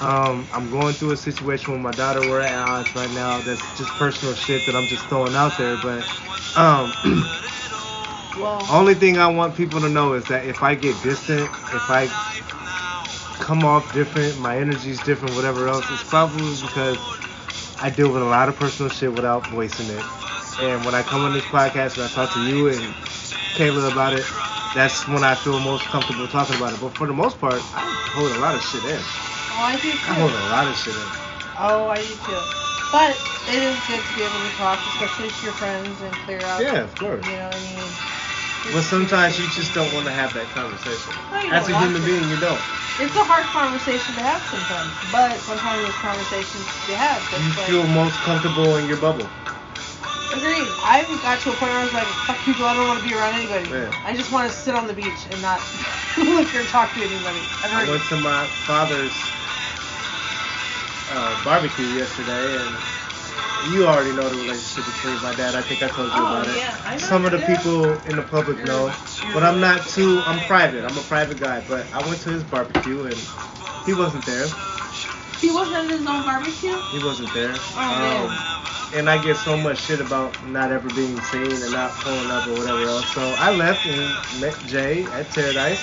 Um, I'm going through a situation with my daughter. We're at odds right now. That's just personal shit that I'm just throwing out there. But um,
well,
only thing I want people to know is that if I get distant, if I come off different, my energy's different, whatever else, it's probably because I deal with a lot of personal shit without voicing it. And when I come on this podcast and I talk to you and Kayla about it, that's when I feel most comfortable talking about it. But for the most part, I hold a lot of shit in.
oh, I do
I hold
too.
a lot of shit in.
Oh, I do too. But it is good to be able to talk, especially to your friends and clear out.
Yeah, of course.
You know what I mean?
But sometimes you just don't want to have that conversation.
No, you
As a
don't want
human
to.
being, you don't.
It's a hard conversation to have sometimes, but sometimes it's conversations to have. That's
You feel
like,
most comfortable in your bubble.
Agreed. I got to a point where I was like, fuck people, I don't want to be around anybody.
Yeah.
I just want to sit on the beach and not look or talk to anybody.
I
Ever.
went to my father's uh, barbecue yesterday, and you already know the relationship between my dad. I think I told you
Oh,
about it.
yeah, I know
Some of the
you did.
people in the public know, but I'm not too. I'm private. I'm a private guy. But I went to his barbecue, and he wasn't there.
He wasn't at his own barbecue?
He wasn't there. Um,
Oh, man.
and I get so much shit about not ever being seen and not pulling up or whatever else. So I left and met Jay at Paradise.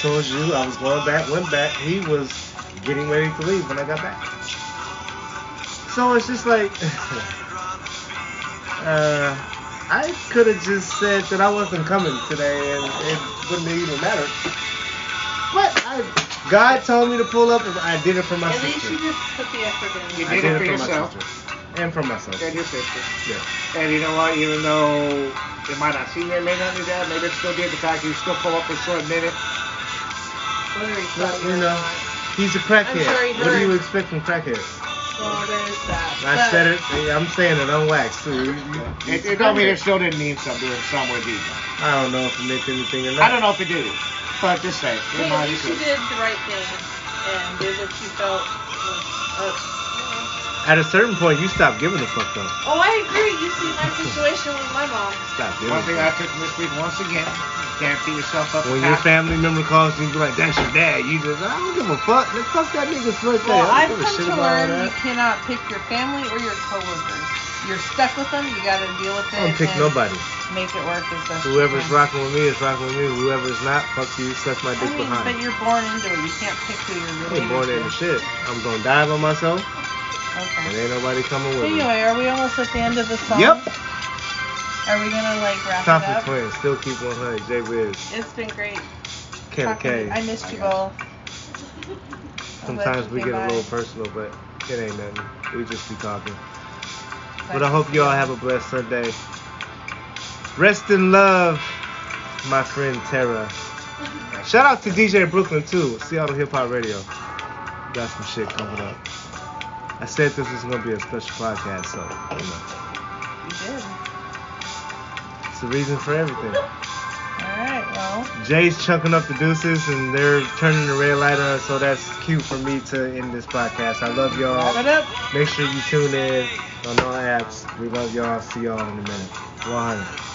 Told you I was going back, went back. He was getting ready to leave when I got back. So it's just like, uh, I could have just said that I wasn't coming today and it wouldn't even matter. But I, God told me to pull up and I did it for my
At least
sister.
you just put the effort in.
You
I
did it for
my
yourself.
sister. And for myself.
And your sister.
Yeah.
And you know what? Even though it might not seem that, it may not be that, maybe it still did. The fact you still pull up for a short minute.
Whether he's
Well,
fucking
you
or
know.
not.
He's a crackhead.
I'm sure he
what do
heard.
you expect from crackheads?
So there's that.
I
But-
said it. I'm saying it on wax too. You- you-
It,
you-
it don't mean it still didn't mean something in some way, did.
I don't know if it meant anything or not.
I don't know if it did, but just say. it.
Hey, at
Remind
least
you.
you did the right thing and did what you felt uh, was up.
At a certain point, you stop giving a fuck though.
Oh, I agree. You see my situation with my mom.
Stop giving.
One
a
thing I
fuck.
took from this week, once again, you can't beat yourself up.
When
for
your
past-
family member calls you, you be like, "That's your dad." You just, I don't give a fuck. Let's fuck that nigga's birthday.
Well,
I
I've
don't give a
come
shit
to
about all
learn you
that.
cannot pick your family or your coworkers. You're stuck with them. You gotta deal with it.
I don't pick
and
nobody.
Make it work as best. you
Whoever's
can.
rocking with me is rocking with me. Whoever's not, fuck you. Suck my
I
dick
mean,
behind.
but you're born into it. You can't pick who you're
I ain't
related
born into
to.
shit. I'm gonna die by myself, and
Okay.
ain't nobody coming with me.
Anyway, are we almost at the end of the song?
Yep.
Are we gonna like wrap
Top
it up?
of twins, still keep 100. Jay Wiz,
It's been great.
Kayla
talking to you.
K.
I missed
I
you
guess.
both. I'm glad
Sometimes
you
we
came
get a
by.
little personal, but it ain't nothing. We just be talking. But I
Glad
hope
you
you all
came.
have a blessed Sunday. Rest in love, my friend Tara. Shout out to DJ Brooklyn too, Seattle Hip Hop Radio. Got some shit coming up. I said this was gonna be a special podcast, so you know,
You did.
it's a reason for everything.
All right. Well.
Jay's chunking up the deuces and they're turning the red light on, so that's cute for me to end this podcast. I love
Wrap it
y'all.
up.
Make sure you tune in on all apps. We love y'all. See y'all in a minute. 100.